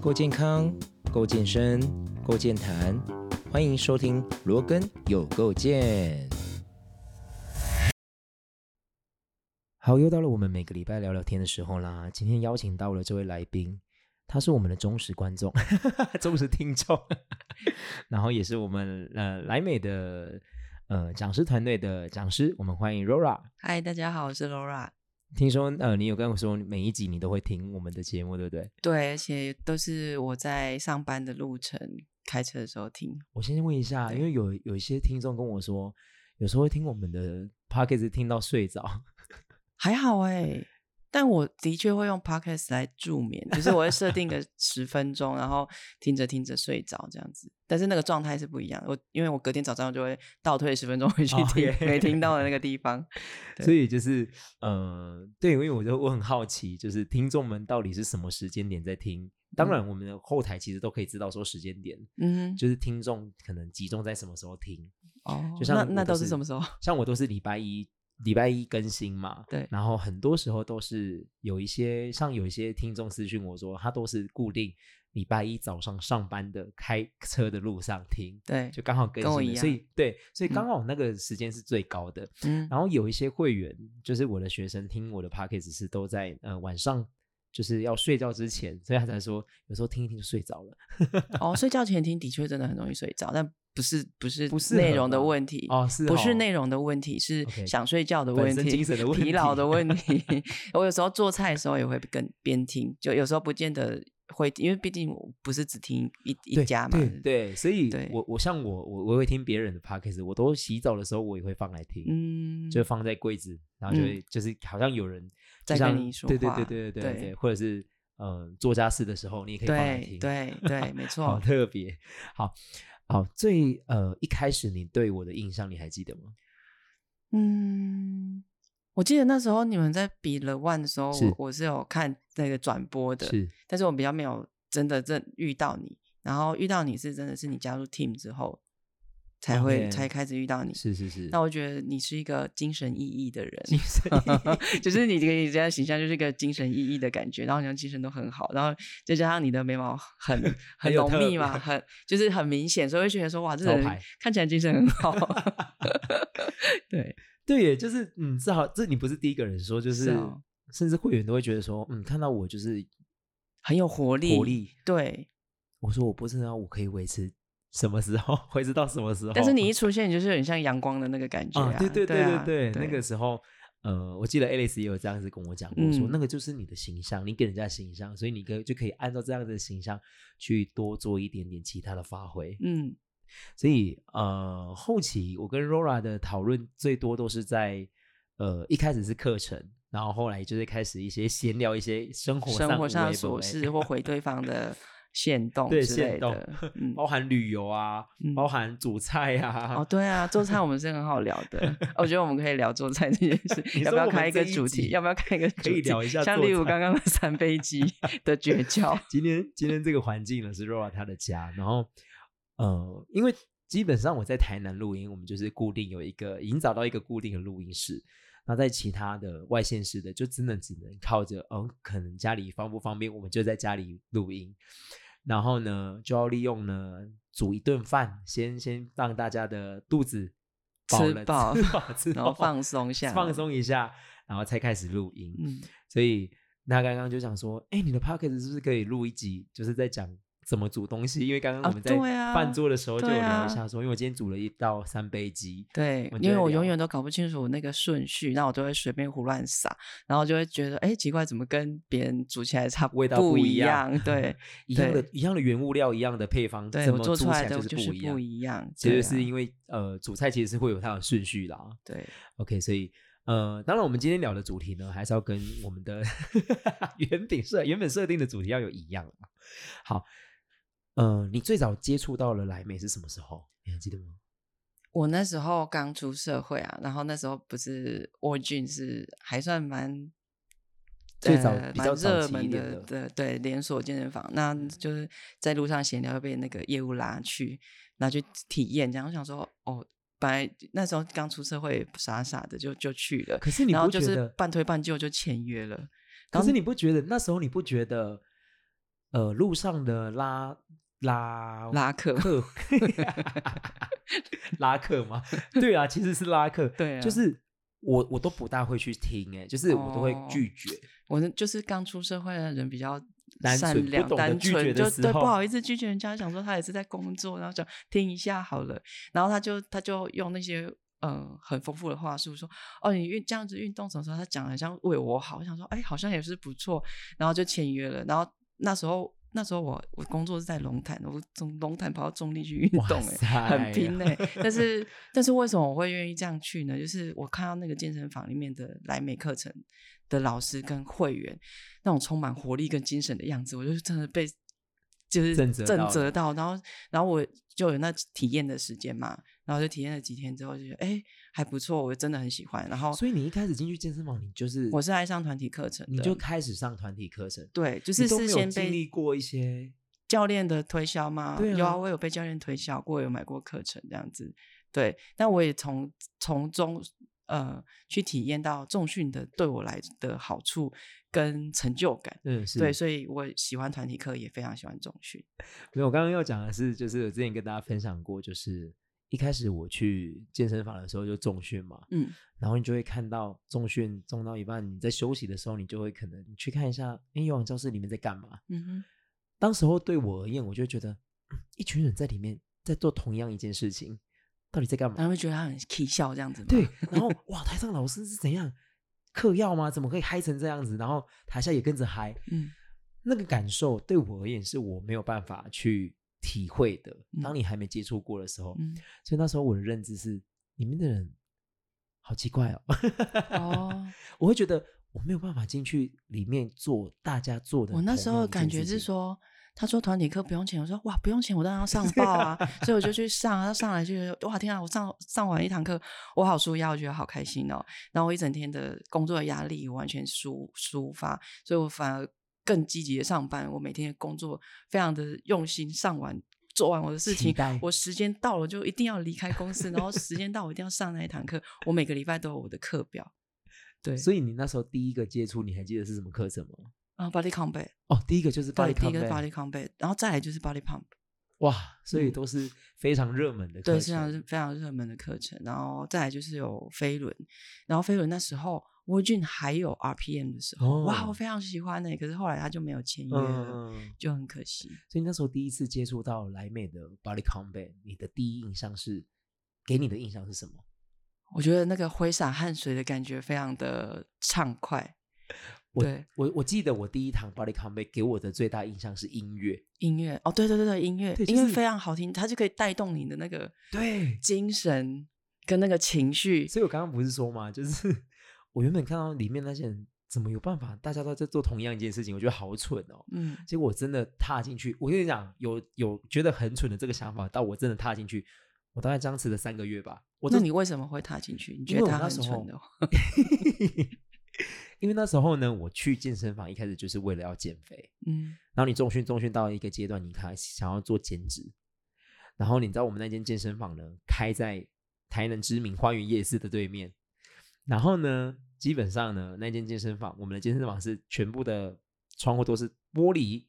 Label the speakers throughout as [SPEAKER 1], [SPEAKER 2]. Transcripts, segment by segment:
[SPEAKER 1] 够健康，够健身，够健谈，欢迎收听罗根有够健。好，又到了我们每个礼拜聊聊天的时候啦。今天邀请到了这位来宾，他是我们的忠实观众、 忠实听众， 然后也是我们呃莱美的呃讲师团队的讲师。我们欢迎 Rora。
[SPEAKER 2] 嗨，大家好，我是 Laura。
[SPEAKER 1] 听说呃，你有跟我说每一集你都会听我们的节目，对不对？
[SPEAKER 2] 对，而且都是我在上班的路程开车的时候听。
[SPEAKER 1] 我先问一下，因为有有一些听众跟我说，有时候会听我们的 p o c k e t 听到睡着。
[SPEAKER 2] 还好哎、但我的确会用 podcast 来助眠，就是我会设 定个十分钟，然后听着听着睡着这样子。但是那个状态是不一样的，我因为我隔天早上就会倒退十分钟回去
[SPEAKER 1] 哦
[SPEAKER 2] 听、
[SPEAKER 1] 耶
[SPEAKER 2] 没听到的 那个地方。对
[SPEAKER 1] 所以就是呃，对，因为我就我很好奇，就是听众们到底是什么时间点在听？当然，我们的后台其实都可以知道说时间点，
[SPEAKER 2] 嗯哼，
[SPEAKER 1] 就是听众可能集中在什么时候听。
[SPEAKER 2] 哦，
[SPEAKER 1] 就像
[SPEAKER 2] 那
[SPEAKER 1] 我
[SPEAKER 2] 那
[SPEAKER 1] 都
[SPEAKER 2] 都
[SPEAKER 1] 是
[SPEAKER 2] 是什么时候？
[SPEAKER 1] 像我都是礼拜一，礼拜一更新嘛，
[SPEAKER 2] 对
[SPEAKER 1] 然后很多时候都是有一些，像有一些听众私讯我说，他都是固定礼拜一早上上班的开车的路上听，
[SPEAKER 2] 对，
[SPEAKER 1] 就刚好更
[SPEAKER 2] 跟我
[SPEAKER 1] 新
[SPEAKER 2] 一
[SPEAKER 1] 了，所
[SPEAKER 2] 样
[SPEAKER 1] 以对，所以
[SPEAKER 2] 嗯
[SPEAKER 1] 刚好那个时间是最高的。
[SPEAKER 2] 嗯，
[SPEAKER 1] 然后有一些会员，就是我的学生听我的 p a c k a g e 是都在呃晚上。就是要睡觉之前，所以他才说有时候听一听就睡着了。
[SPEAKER 2] 哦，睡觉前听的确真的很容易睡着，但不是不是
[SPEAKER 1] 不适合
[SPEAKER 2] 内容的
[SPEAKER 1] 吧
[SPEAKER 2] 问题
[SPEAKER 1] 哦是
[SPEAKER 2] 不是
[SPEAKER 1] 哦
[SPEAKER 2] 内容的问题，是
[SPEAKER 1] OK，
[SPEAKER 2] 想睡觉的
[SPEAKER 1] 本
[SPEAKER 2] 问
[SPEAKER 1] 身
[SPEAKER 2] 题、
[SPEAKER 1] 精神的问
[SPEAKER 2] 疲劳
[SPEAKER 1] 题
[SPEAKER 2] 的问题。 我有时候做菜的时候也会跟边听，就有时候不见得会，因为毕竟我不是只听一一
[SPEAKER 1] 对
[SPEAKER 2] 家嘛。嗯
[SPEAKER 1] 对对，所以
[SPEAKER 2] 对
[SPEAKER 1] 我我像我我我会听别人的 podcast，我都洗澡的时候我也会放来听，
[SPEAKER 2] 嗯，
[SPEAKER 1] 就放在柜子，然后就会、就是好像有人
[SPEAKER 2] 在
[SPEAKER 1] 就像
[SPEAKER 2] 跟你说
[SPEAKER 1] 对对
[SPEAKER 2] 话
[SPEAKER 1] 对对对对
[SPEAKER 2] 对
[SPEAKER 1] 对，或者是呃做家事的时候你也可以放来
[SPEAKER 2] 对
[SPEAKER 1] 听，
[SPEAKER 2] 对哦对，没
[SPEAKER 1] 好
[SPEAKER 2] 错。
[SPEAKER 1] 特别，好好最呃一开始你对我的印象你还记得吗？
[SPEAKER 2] 嗯，我记得那时候你们在比了万的时候，
[SPEAKER 1] 是
[SPEAKER 2] 我我是有看那个转播的，
[SPEAKER 1] 是
[SPEAKER 2] 但是我比较没有真的正遇到你，然后遇到你是真的是你加入 team 之后才会
[SPEAKER 1] 哦 OK
[SPEAKER 2] 才开始遇到你。
[SPEAKER 1] 是是是，
[SPEAKER 2] 那我觉得你是一个精神奕奕的人，
[SPEAKER 1] 精神奕
[SPEAKER 2] 就是你这个你这样形象就是一个精神奕奕的感觉，然后你的精神都很好，然后再加上你的眉毛 很很
[SPEAKER 1] 有
[SPEAKER 2] 浓
[SPEAKER 1] 特
[SPEAKER 2] 密
[SPEAKER 1] 别
[SPEAKER 2] 嘛，很就是很明显，所以会觉得说哇，这
[SPEAKER 1] 招
[SPEAKER 2] 人
[SPEAKER 1] 牌
[SPEAKER 2] 看起来精神很好。 对，
[SPEAKER 1] 对耶，就是嗯，至少这你不是第一个人说，就是是
[SPEAKER 2] 哦
[SPEAKER 1] 甚至会员都会觉得说，嗯，看到我就是
[SPEAKER 2] 很有活力，
[SPEAKER 1] 活力，
[SPEAKER 2] 对。
[SPEAKER 1] 我说我不知道我可以维持什么时候， 维持到什么时候。
[SPEAKER 2] 但是你一出现，你就是很像阳光的那个感觉
[SPEAKER 1] 啊，哦对对
[SPEAKER 2] 对
[SPEAKER 1] 对
[SPEAKER 2] 啊
[SPEAKER 1] 对
[SPEAKER 2] 对，
[SPEAKER 1] 那个时候，呃，我记得 Alice 也有这样子跟我讲过，说
[SPEAKER 2] 嗯
[SPEAKER 1] 那个就是你的形象，你给人家形象，所以你可以就可以按照这样的形象去多做一点点其他的发挥。
[SPEAKER 2] 嗯，
[SPEAKER 1] 所以呃，后期我跟 Rora 的讨论最多都是在呃一开始是课程。然后后来就是开始一些闲聊，一些生活
[SPEAKER 2] 生活
[SPEAKER 1] 上
[SPEAKER 2] 上
[SPEAKER 1] 无微不
[SPEAKER 2] 琐
[SPEAKER 1] 哎微
[SPEAKER 2] 事或回对方的限动
[SPEAKER 1] 对
[SPEAKER 2] 之类
[SPEAKER 1] 限动
[SPEAKER 2] 的。 嗯，
[SPEAKER 1] 包含旅游啊，
[SPEAKER 2] 嗯
[SPEAKER 1] 包含煮菜啊，
[SPEAKER 2] 哦，对啊，做菜我们是很好聊 的。哦我觉得我们可以聊做菜这件
[SPEAKER 1] 你
[SPEAKER 2] 事，要不
[SPEAKER 1] 说
[SPEAKER 2] 要
[SPEAKER 1] 我们
[SPEAKER 2] 开一
[SPEAKER 1] 这
[SPEAKER 2] 个
[SPEAKER 1] 一
[SPEAKER 2] 主
[SPEAKER 1] 集
[SPEAKER 2] 题？要不要开一个主
[SPEAKER 1] 可以
[SPEAKER 2] 题？
[SPEAKER 1] 聊一下
[SPEAKER 2] 像
[SPEAKER 1] 做
[SPEAKER 2] 例如
[SPEAKER 1] 菜
[SPEAKER 2] 刚刚的三 杯鸡的绝交。
[SPEAKER 1] 今天今天这个环境呢是 Rora 她的家，然后呃，因为基本上我在台南录音，我们就是固定有一个已经找到一个固定的录音室，那在其他的外县市的就真的只能靠着，嗯、可能家里方不方便，我们就在家里录音，然后呢就要利用呢煮一顿饭，先先让大家的肚子饱
[SPEAKER 2] 吃
[SPEAKER 1] 了，
[SPEAKER 2] 饱
[SPEAKER 1] 吃饱吃
[SPEAKER 2] 然后
[SPEAKER 1] 饱
[SPEAKER 2] 放松下
[SPEAKER 1] 放
[SPEAKER 2] 来
[SPEAKER 1] 松一下，然后才开始录音，
[SPEAKER 2] 嗯，
[SPEAKER 1] 所以那刚刚就想说，哎、你的 p o c k e t 是不是可以录一集，就是在讲怎么煮东西？因为刚刚
[SPEAKER 2] 啊
[SPEAKER 1] 我们在
[SPEAKER 2] 对啊
[SPEAKER 1] 饭桌的时候就有
[SPEAKER 2] 对
[SPEAKER 1] 聊
[SPEAKER 2] 啊
[SPEAKER 1] 一下说，因为我今天煮了一道三杯鸡，
[SPEAKER 2] 对
[SPEAKER 1] 我，觉
[SPEAKER 2] 因为
[SPEAKER 1] 得
[SPEAKER 2] 我
[SPEAKER 1] 聊
[SPEAKER 2] 永远都搞不清楚那个顺序，那我都会随便胡乱撒，然后就会觉得，哎，奇怪，怎么跟别人煮起来差
[SPEAKER 1] 味道不
[SPEAKER 2] 一
[SPEAKER 1] 一样
[SPEAKER 2] 样？ 对，
[SPEAKER 1] 一样的一样的原物料，一样的配方，
[SPEAKER 2] 对
[SPEAKER 1] 怎
[SPEAKER 2] 我
[SPEAKER 1] 么
[SPEAKER 2] 做
[SPEAKER 1] 煮
[SPEAKER 2] 出
[SPEAKER 1] 起
[SPEAKER 2] 来
[SPEAKER 1] 来
[SPEAKER 2] 的
[SPEAKER 1] 是
[SPEAKER 2] 就是
[SPEAKER 1] 一
[SPEAKER 2] 不
[SPEAKER 1] 样。
[SPEAKER 2] 一样。
[SPEAKER 1] 其
[SPEAKER 2] 对
[SPEAKER 1] 实
[SPEAKER 2] 啊
[SPEAKER 1] 是因为呃，煮菜其实是会有它的顺序啦。
[SPEAKER 2] 对，
[SPEAKER 1] OK，所以呃，当然我们今天聊的主题呢，还是要跟我们的 原本设原本设定的主题要有一样啊。好，呃，你最早接触到了莱美是什么时候？你还记得吗？
[SPEAKER 2] 我那时候刚出社会啊，然后那时候不是 Origin 是还算蛮
[SPEAKER 1] 最早
[SPEAKER 2] 呃
[SPEAKER 1] 比较
[SPEAKER 2] 蛮
[SPEAKER 1] 早
[SPEAKER 2] 热
[SPEAKER 1] 期一
[SPEAKER 2] 门
[SPEAKER 1] 点
[SPEAKER 2] 的
[SPEAKER 1] 的嗯
[SPEAKER 2] 的对连锁健身房，那就是在路上闲聊会被那个业务拉去，然后去体验这样。我想说，哦，本来那时候刚出社会傻傻的就就去了，
[SPEAKER 1] 可是你
[SPEAKER 2] 然后
[SPEAKER 1] 不
[SPEAKER 2] 就
[SPEAKER 1] 觉
[SPEAKER 2] 是
[SPEAKER 1] 得？
[SPEAKER 2] 半推半就就签约了。
[SPEAKER 1] 可是你不觉得那时候你不觉得，呃路上的拉拉
[SPEAKER 2] 拉客
[SPEAKER 1] 客拉客吗？ 对啊，其实是拉客，
[SPEAKER 2] 对啊
[SPEAKER 1] 就是我我都不大会去听、欸，哎，就是我都会
[SPEAKER 2] 哦
[SPEAKER 1] 拒绝。
[SPEAKER 2] 我是就是刚出社会的人比较
[SPEAKER 1] 单
[SPEAKER 2] 善
[SPEAKER 1] 纯不
[SPEAKER 2] 良、
[SPEAKER 1] 懂得
[SPEAKER 2] 单
[SPEAKER 1] 拒绝
[SPEAKER 2] 纯，
[SPEAKER 1] 的
[SPEAKER 2] 就
[SPEAKER 1] 时
[SPEAKER 2] 对不
[SPEAKER 1] 候
[SPEAKER 2] 好意思拒绝人家，想说他也是在工作，然后想听一下好了，然后他就他就用那些。嗯，很丰富的话术说，哦，你运这样子运动什么时候？他讲得很像为我好，我想说，哎，好像也是不错，然后就签约了。然后那时候，那时候我我工作是在龙潭，我从龙潭跑到中立去运动、哎，
[SPEAKER 1] 塞
[SPEAKER 2] 很拼哎、但是但是为什么我会愿意这样去呢？就是我看到那个健身房里面的莱美课程的老师跟会员那种充满活力跟精神的样子，我就真的被就是
[SPEAKER 1] 震慑到
[SPEAKER 2] 震
[SPEAKER 1] 了
[SPEAKER 2] 慑到，然后然后我就有那体验的时间嘛，然后就体验了几天之后就觉得哎、还不错，我真的很喜欢。然后
[SPEAKER 1] 所以你一开始进去健身房，你就是
[SPEAKER 2] 哦我是爱上团体课程的，
[SPEAKER 1] 你就开始上团体课程，
[SPEAKER 2] 对，就
[SPEAKER 1] 你
[SPEAKER 2] 是
[SPEAKER 1] 都没
[SPEAKER 2] 事
[SPEAKER 1] 有
[SPEAKER 2] 先
[SPEAKER 1] 经
[SPEAKER 2] 被
[SPEAKER 1] 历过一些
[SPEAKER 2] 教练的推销吗？
[SPEAKER 1] 对啊
[SPEAKER 2] 有啊，我有被教练推销过，有买过课程这样子。对，但我也从从中呃去体验到重训的对我来的好处跟成就感。
[SPEAKER 1] 嗯是
[SPEAKER 2] 对，所以我喜欢团体课，也非常喜欢重训。
[SPEAKER 1] 没有，我刚刚要讲的是，就是我之前跟大家分享过，就是一开始我去健身房的时候就重训嘛，
[SPEAKER 2] 嗯，
[SPEAKER 1] 然后你就会看到重训重到一半，你在休息的时候，你就会可能去看一下，哎，有氧教室里面在干嘛？
[SPEAKER 2] 嗯哼，
[SPEAKER 1] 当时候对我而言，我就会觉得、嗯一群人在里面在做同样一件事情，到底在干嘛
[SPEAKER 2] 然？后会觉得他很 k 笑这样子吗？
[SPEAKER 1] 对， 然 后哇，台上老师是怎样嗑药吗？怎么可以嗨成这样子？然后台下也跟着嗨，
[SPEAKER 2] 嗯，
[SPEAKER 1] 那个感受对我而言是我没有办法去体会的。当你还没接触过的时候，
[SPEAKER 2] 嗯，
[SPEAKER 1] 所以那时候我的认知是，里面的人好奇怪哦。
[SPEAKER 2] 哦，
[SPEAKER 1] 我会觉得我没有办法进去里面做大家做的。
[SPEAKER 2] 我那时候感觉是，说，他说团体课不用钱，我说哇不用钱，我当然要上报 啊，所以我就去上啊，他上来就觉得哇天啊，我上上完一堂课，我好舒压，我觉得好开心哦，然后我一整天的工作的压力完全抒抒发，所以我反而更积极的上班，我每天的工作非常的用心，上完。做完我的事
[SPEAKER 1] 期
[SPEAKER 2] 情
[SPEAKER 1] 待，
[SPEAKER 2] 我时间到了就一定要离开公司，然后时间到我一定要上那一堂课。我每个礼拜都有我的课表，对，
[SPEAKER 1] 所以你那时候第一个接触，你还记得是什么课程吗？
[SPEAKER 2] 啊、b o d y combat，
[SPEAKER 1] 哦，第一个就是 body
[SPEAKER 2] 对，第一个
[SPEAKER 1] combat
[SPEAKER 2] body combat，然后再来就是 body pump，
[SPEAKER 1] 哇，所以
[SPEAKER 2] 嗯
[SPEAKER 1] 都是非常热门的课程。
[SPEAKER 2] 对，非常热非常热门的课程。然后再来就是有飞轮，然后飞轮那时候 Virgin 还有 RPM 的时候，哇，
[SPEAKER 1] 哦
[SPEAKER 2] 我非常喜欢呢、可是后来他就没有签约了，
[SPEAKER 1] 嗯，嗯
[SPEAKER 2] 就很可惜。
[SPEAKER 1] 所以那时候第一次接触到莱美的 body combat，你的第一印象是，给你的印象是什么？
[SPEAKER 2] 我觉得那个挥洒汗水的感觉非常的畅快。
[SPEAKER 1] 我
[SPEAKER 2] 对
[SPEAKER 1] 我我记得我第一堂 body combat 给我的最大印象是音乐，
[SPEAKER 2] 音乐哦，对对对对，音乐，
[SPEAKER 1] 对就
[SPEAKER 2] 音乐
[SPEAKER 1] 是
[SPEAKER 2] 非常好听，它就可以带动你的那个
[SPEAKER 1] 对
[SPEAKER 2] 精神跟那个情绪。
[SPEAKER 1] 所以我刚刚不是说嘛，就是 我原本看到里面那些人怎么有办法，大家都在做同样一件事情，我觉得好蠢哦。
[SPEAKER 2] 嗯，
[SPEAKER 1] 结果我真的踏进去，我跟你讲，有有觉得很蠢的这个想法，到我真的踏进去，我大概僵持了三个月吧。我
[SPEAKER 2] 那
[SPEAKER 1] 就
[SPEAKER 2] 你为什么会踏进去？你
[SPEAKER 1] 因
[SPEAKER 2] 觉
[SPEAKER 1] 为
[SPEAKER 2] 得
[SPEAKER 1] 我
[SPEAKER 2] 他
[SPEAKER 1] 那
[SPEAKER 2] 很
[SPEAKER 1] 时
[SPEAKER 2] 蠢
[SPEAKER 1] 候
[SPEAKER 2] 的话？，
[SPEAKER 1] 因为那时候呢，我去健身房一开始就是为了要减肥，
[SPEAKER 2] 嗯
[SPEAKER 1] 然后你重训重训到一个阶段，你开始想要做减脂，然后你知道我们那间健身房呢，开在台南知名花园夜市的对面，然后呢，基本上呢，那间健身房，我们的健身房是全部的窗户都是玻璃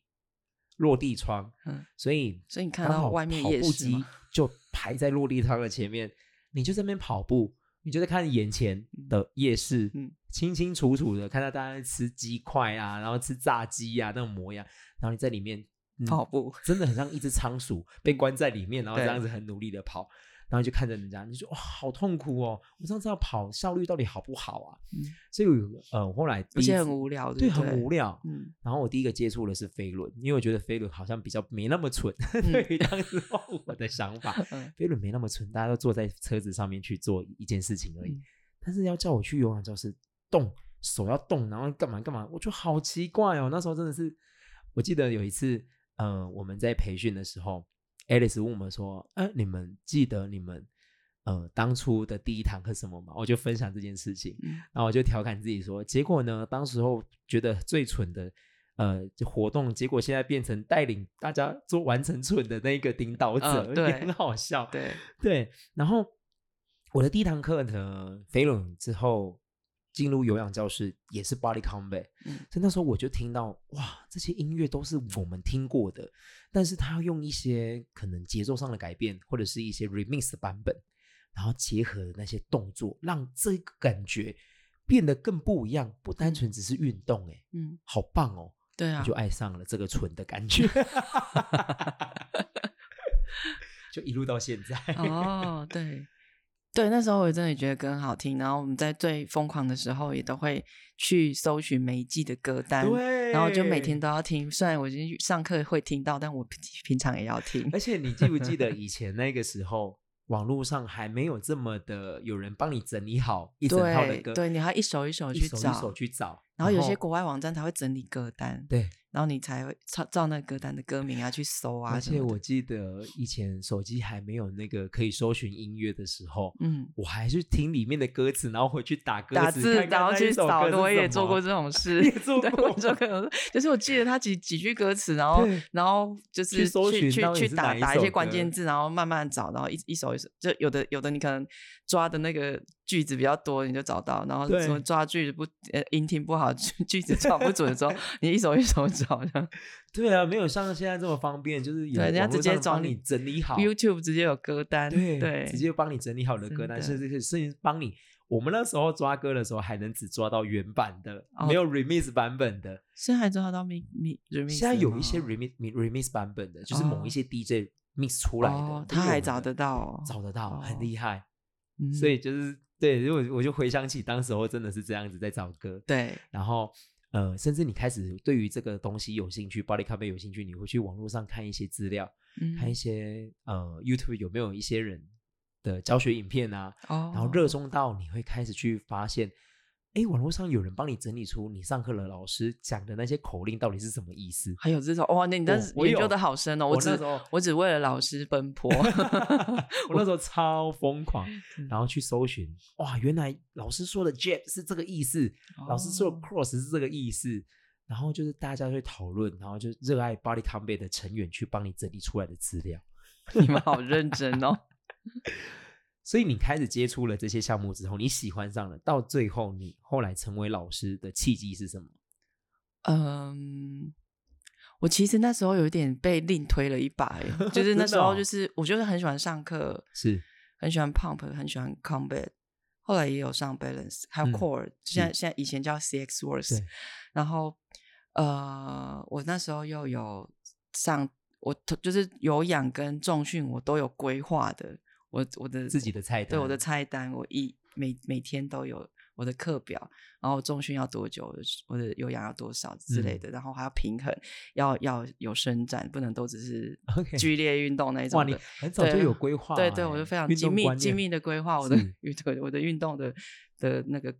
[SPEAKER 1] 落地窗，
[SPEAKER 2] 嗯，
[SPEAKER 1] 所以
[SPEAKER 2] 所以你看
[SPEAKER 1] 刚
[SPEAKER 2] 到
[SPEAKER 1] 好
[SPEAKER 2] 外面
[SPEAKER 1] 跑
[SPEAKER 2] 夜
[SPEAKER 1] 步
[SPEAKER 2] 市
[SPEAKER 1] 机
[SPEAKER 2] 吗？
[SPEAKER 1] 就排在落地窗的前面，你就在那边跑步，你就在看眼前的夜市，
[SPEAKER 2] 嗯
[SPEAKER 1] 清清楚楚的看到大家在吃鸡块啊，然后吃炸鸡啊那种模样，然后你在里面、嗯
[SPEAKER 2] 跑步，
[SPEAKER 1] 真的很像一只仓 鼠被关在里面，然后这
[SPEAKER 2] 对
[SPEAKER 1] 样子很努力的跑。然后就看着人家，你就说哇，好痛苦哦！我上次要跑效率到底好不好啊？
[SPEAKER 2] 嗯
[SPEAKER 1] 所以我有，呃，我后来第
[SPEAKER 2] 而
[SPEAKER 1] 一
[SPEAKER 2] 且
[SPEAKER 1] 次
[SPEAKER 2] 很无聊，
[SPEAKER 1] 对，
[SPEAKER 2] 不对，
[SPEAKER 1] 很无
[SPEAKER 2] 聊。
[SPEAKER 1] 聊。
[SPEAKER 2] 嗯，
[SPEAKER 1] 然后我第一个接触的是飞轮，因为我觉得飞轮好像比较没那么蠢，
[SPEAKER 2] 嗯
[SPEAKER 1] 对于当时候我的想法，
[SPEAKER 2] 嗯
[SPEAKER 1] 飞轮没那么蠢，大家都坐在车子上面去做一件事情而已。
[SPEAKER 2] 嗯
[SPEAKER 1] 但是要叫我去游泳教室动手要动，然后干嘛干嘛，我觉得好奇怪哦。那时候真的是，我记得有一次，嗯、我们在培训的时候，Alice 问我们说：“哎、你们记得你们呃当初的第一堂课什么吗？”我就分享这件事情。
[SPEAKER 2] 嗯
[SPEAKER 1] 然后我就调侃自己说，结果呢，当时候觉得最蠢的呃活动，结果现在变成带领大家做完成蠢的那一个领导者，
[SPEAKER 2] 嗯对
[SPEAKER 1] 也很好笑。
[SPEAKER 2] 对，
[SPEAKER 1] 对然后我的第一堂课呢，飞轮之后进入有氧教室也是 body combat，、
[SPEAKER 2] 嗯
[SPEAKER 1] 所以那时候我就听到哇，这些音乐都是我们听过的，但是他用一些可能节奏上的改变，或者是一些 remix 的版本，然后结合那些动作，让这个感觉变得更不一样，不单纯只是运动、欸，哎，
[SPEAKER 2] 嗯，
[SPEAKER 1] 好棒哦！
[SPEAKER 2] 对
[SPEAKER 1] 我
[SPEAKER 2] 啊
[SPEAKER 1] 就，爱上了这个纯的感 觉，就一路到现在。
[SPEAKER 2] 哦，对， 对，那时候我真的觉得歌很好听，然后我们在最疯狂的时候也都会去搜寻每一季的歌 单，
[SPEAKER 1] 对，
[SPEAKER 2] 然后就每天都要听。虽然我已经上课会听到，但我平平常也要听
[SPEAKER 1] 而。且你记不记得以前那个时候，网络上还没有这么的有人帮你整理好一整套的
[SPEAKER 2] 对
[SPEAKER 1] 歌，
[SPEAKER 2] 对，你还一首一首
[SPEAKER 1] 一
[SPEAKER 2] 去
[SPEAKER 1] 首
[SPEAKER 2] 找，
[SPEAKER 1] 一首去找，
[SPEAKER 2] 然后有
[SPEAKER 1] 哦
[SPEAKER 2] 些国外网站它会整理歌单，
[SPEAKER 1] 对，
[SPEAKER 2] 然后你才会照照那歌单的歌名啊去搜啊
[SPEAKER 1] 而
[SPEAKER 2] 什么
[SPEAKER 1] 且
[SPEAKER 2] 的。
[SPEAKER 1] 我记得以前手机还没有那个可以搜寻音乐的时候。
[SPEAKER 2] 嗯，
[SPEAKER 1] 我还是听里面的歌词，然后回去打歌词，
[SPEAKER 2] 打字
[SPEAKER 1] 看看
[SPEAKER 2] 然后
[SPEAKER 1] 那
[SPEAKER 2] 去
[SPEAKER 1] 一首歌
[SPEAKER 2] 扫
[SPEAKER 1] 是
[SPEAKER 2] 的，我也
[SPEAKER 1] 什
[SPEAKER 2] 做
[SPEAKER 1] 么
[SPEAKER 2] 过这 种事，
[SPEAKER 1] 也做
[SPEAKER 2] 对
[SPEAKER 1] 过
[SPEAKER 2] 我做过这种事，就是我记得他几几句歌词，然后
[SPEAKER 1] 对
[SPEAKER 2] 然后就是
[SPEAKER 1] 去搜寻
[SPEAKER 2] 去
[SPEAKER 1] 到底
[SPEAKER 2] 去
[SPEAKER 1] 是
[SPEAKER 2] 打
[SPEAKER 1] 哪一
[SPEAKER 2] 打一
[SPEAKER 1] 首
[SPEAKER 2] 些关
[SPEAKER 1] 歌
[SPEAKER 2] 键字，然后慢慢找，然后一一首一首，就有的有的你可能抓的那个句子比较多，你就找到，然后
[SPEAKER 1] 对
[SPEAKER 2] 什么抓句子不呃音听不好， 句句子找不准的时候，你一首一首找这样
[SPEAKER 1] 对啊，没有像现在这么方便，就是有
[SPEAKER 2] 对人家
[SPEAKER 1] 网络
[SPEAKER 2] 直接
[SPEAKER 1] 上帮
[SPEAKER 2] 找你
[SPEAKER 1] 你整理好，
[SPEAKER 2] ，YouTube 直接有歌单，
[SPEAKER 1] 对
[SPEAKER 2] 对，
[SPEAKER 1] 直接帮你整理好的歌
[SPEAKER 2] 真
[SPEAKER 1] 单，
[SPEAKER 2] 的
[SPEAKER 1] 甚至是甚至帮你。我们那时候抓歌的时候，还能只抓到原版的，
[SPEAKER 2] 哦
[SPEAKER 1] 没有 remix 版本的。
[SPEAKER 2] 现在还抓到 mi mi remix，
[SPEAKER 1] 现在
[SPEAKER 2] 了
[SPEAKER 1] 有一些
[SPEAKER 2] 吗
[SPEAKER 1] remix remix 版本的，就是
[SPEAKER 2] 哦
[SPEAKER 1] 某一些 DJ mix 出来的，
[SPEAKER 2] 哦
[SPEAKER 1] 这是
[SPEAKER 2] 他
[SPEAKER 1] 我
[SPEAKER 2] 还
[SPEAKER 1] 们
[SPEAKER 2] 找
[SPEAKER 1] 的
[SPEAKER 2] 得到哦
[SPEAKER 1] 找得到，很
[SPEAKER 2] 哦
[SPEAKER 1] 厉害。
[SPEAKER 2] 嗯
[SPEAKER 1] 所以就是对，如果我就回想起当时候真的是这样子在找歌，
[SPEAKER 2] 对
[SPEAKER 1] 然后呃，甚至你开始对于这个东西有兴趣，body c o p 有兴趣，你会去网络上看一些资料，看一
[SPEAKER 2] 嗯
[SPEAKER 1] 些呃 YouTube 有没有一些人的教学影片啊，
[SPEAKER 2] 哦，
[SPEAKER 1] 然后热衷到你会开始去发现，哎，网络上有人帮你整理出你上课的老师讲的那些口令到底是什么意 思。
[SPEAKER 2] 还有这种哇，那你
[SPEAKER 1] 我
[SPEAKER 2] 但是
[SPEAKER 1] 我
[SPEAKER 2] 研究
[SPEAKER 1] 有
[SPEAKER 2] 的好深哦！我
[SPEAKER 1] 我
[SPEAKER 2] 只
[SPEAKER 1] 那时 候
[SPEAKER 2] 我只为了老师奔波，
[SPEAKER 1] 我那时候超疯狂，
[SPEAKER 2] 嗯
[SPEAKER 1] 然后去搜寻，哇，原来老师说的 jab 是这个意思， 老师说的
[SPEAKER 2] 哦
[SPEAKER 1] cross 是这个意思，然后就是大家会讨论，然后就热爱 body combat 的成员去帮你整理出来的资料，
[SPEAKER 2] 你们好认真哦。
[SPEAKER 1] 所以你开始接触了这些项目之后，你喜欢上了，到最后你后来成为老师的契机是什么？
[SPEAKER 2] 嗯，我其实那时候有一点被另推了一把耶， 就是
[SPEAKER 1] 真
[SPEAKER 2] 那
[SPEAKER 1] 的
[SPEAKER 2] 时候
[SPEAKER 1] 哦
[SPEAKER 2] 就是我就是很喜欢上课，
[SPEAKER 1] 是
[SPEAKER 2] 很喜欢 pump，很喜欢 combat，后来也有上 balance，还有
[SPEAKER 1] 嗯
[SPEAKER 2] core，、现在现在以前叫 CX words，
[SPEAKER 1] 对
[SPEAKER 2] 然后呃，我那时候又有上我就是有氧跟重训我都有规划的，我我的
[SPEAKER 1] 自己的菜单，
[SPEAKER 2] 对我的菜单，我一每每天都有我的课表，然后重训要多久，我的有氧要多少之类
[SPEAKER 1] 嗯
[SPEAKER 2] 的，然后还要平衡，要要有伸展，不能都只是
[SPEAKER 1] OK
[SPEAKER 2] 剧烈运动那一种
[SPEAKER 1] 哇，
[SPEAKER 2] 的
[SPEAKER 1] 你很早就
[SPEAKER 2] 对
[SPEAKER 1] 有规划欸、
[SPEAKER 2] 对对，我就非常
[SPEAKER 1] 运
[SPEAKER 2] 精
[SPEAKER 1] 动
[SPEAKER 2] 密
[SPEAKER 1] 观
[SPEAKER 2] 精
[SPEAKER 1] 念
[SPEAKER 2] 密的规划我的
[SPEAKER 1] 是
[SPEAKER 2] 运动，我的运动的的那个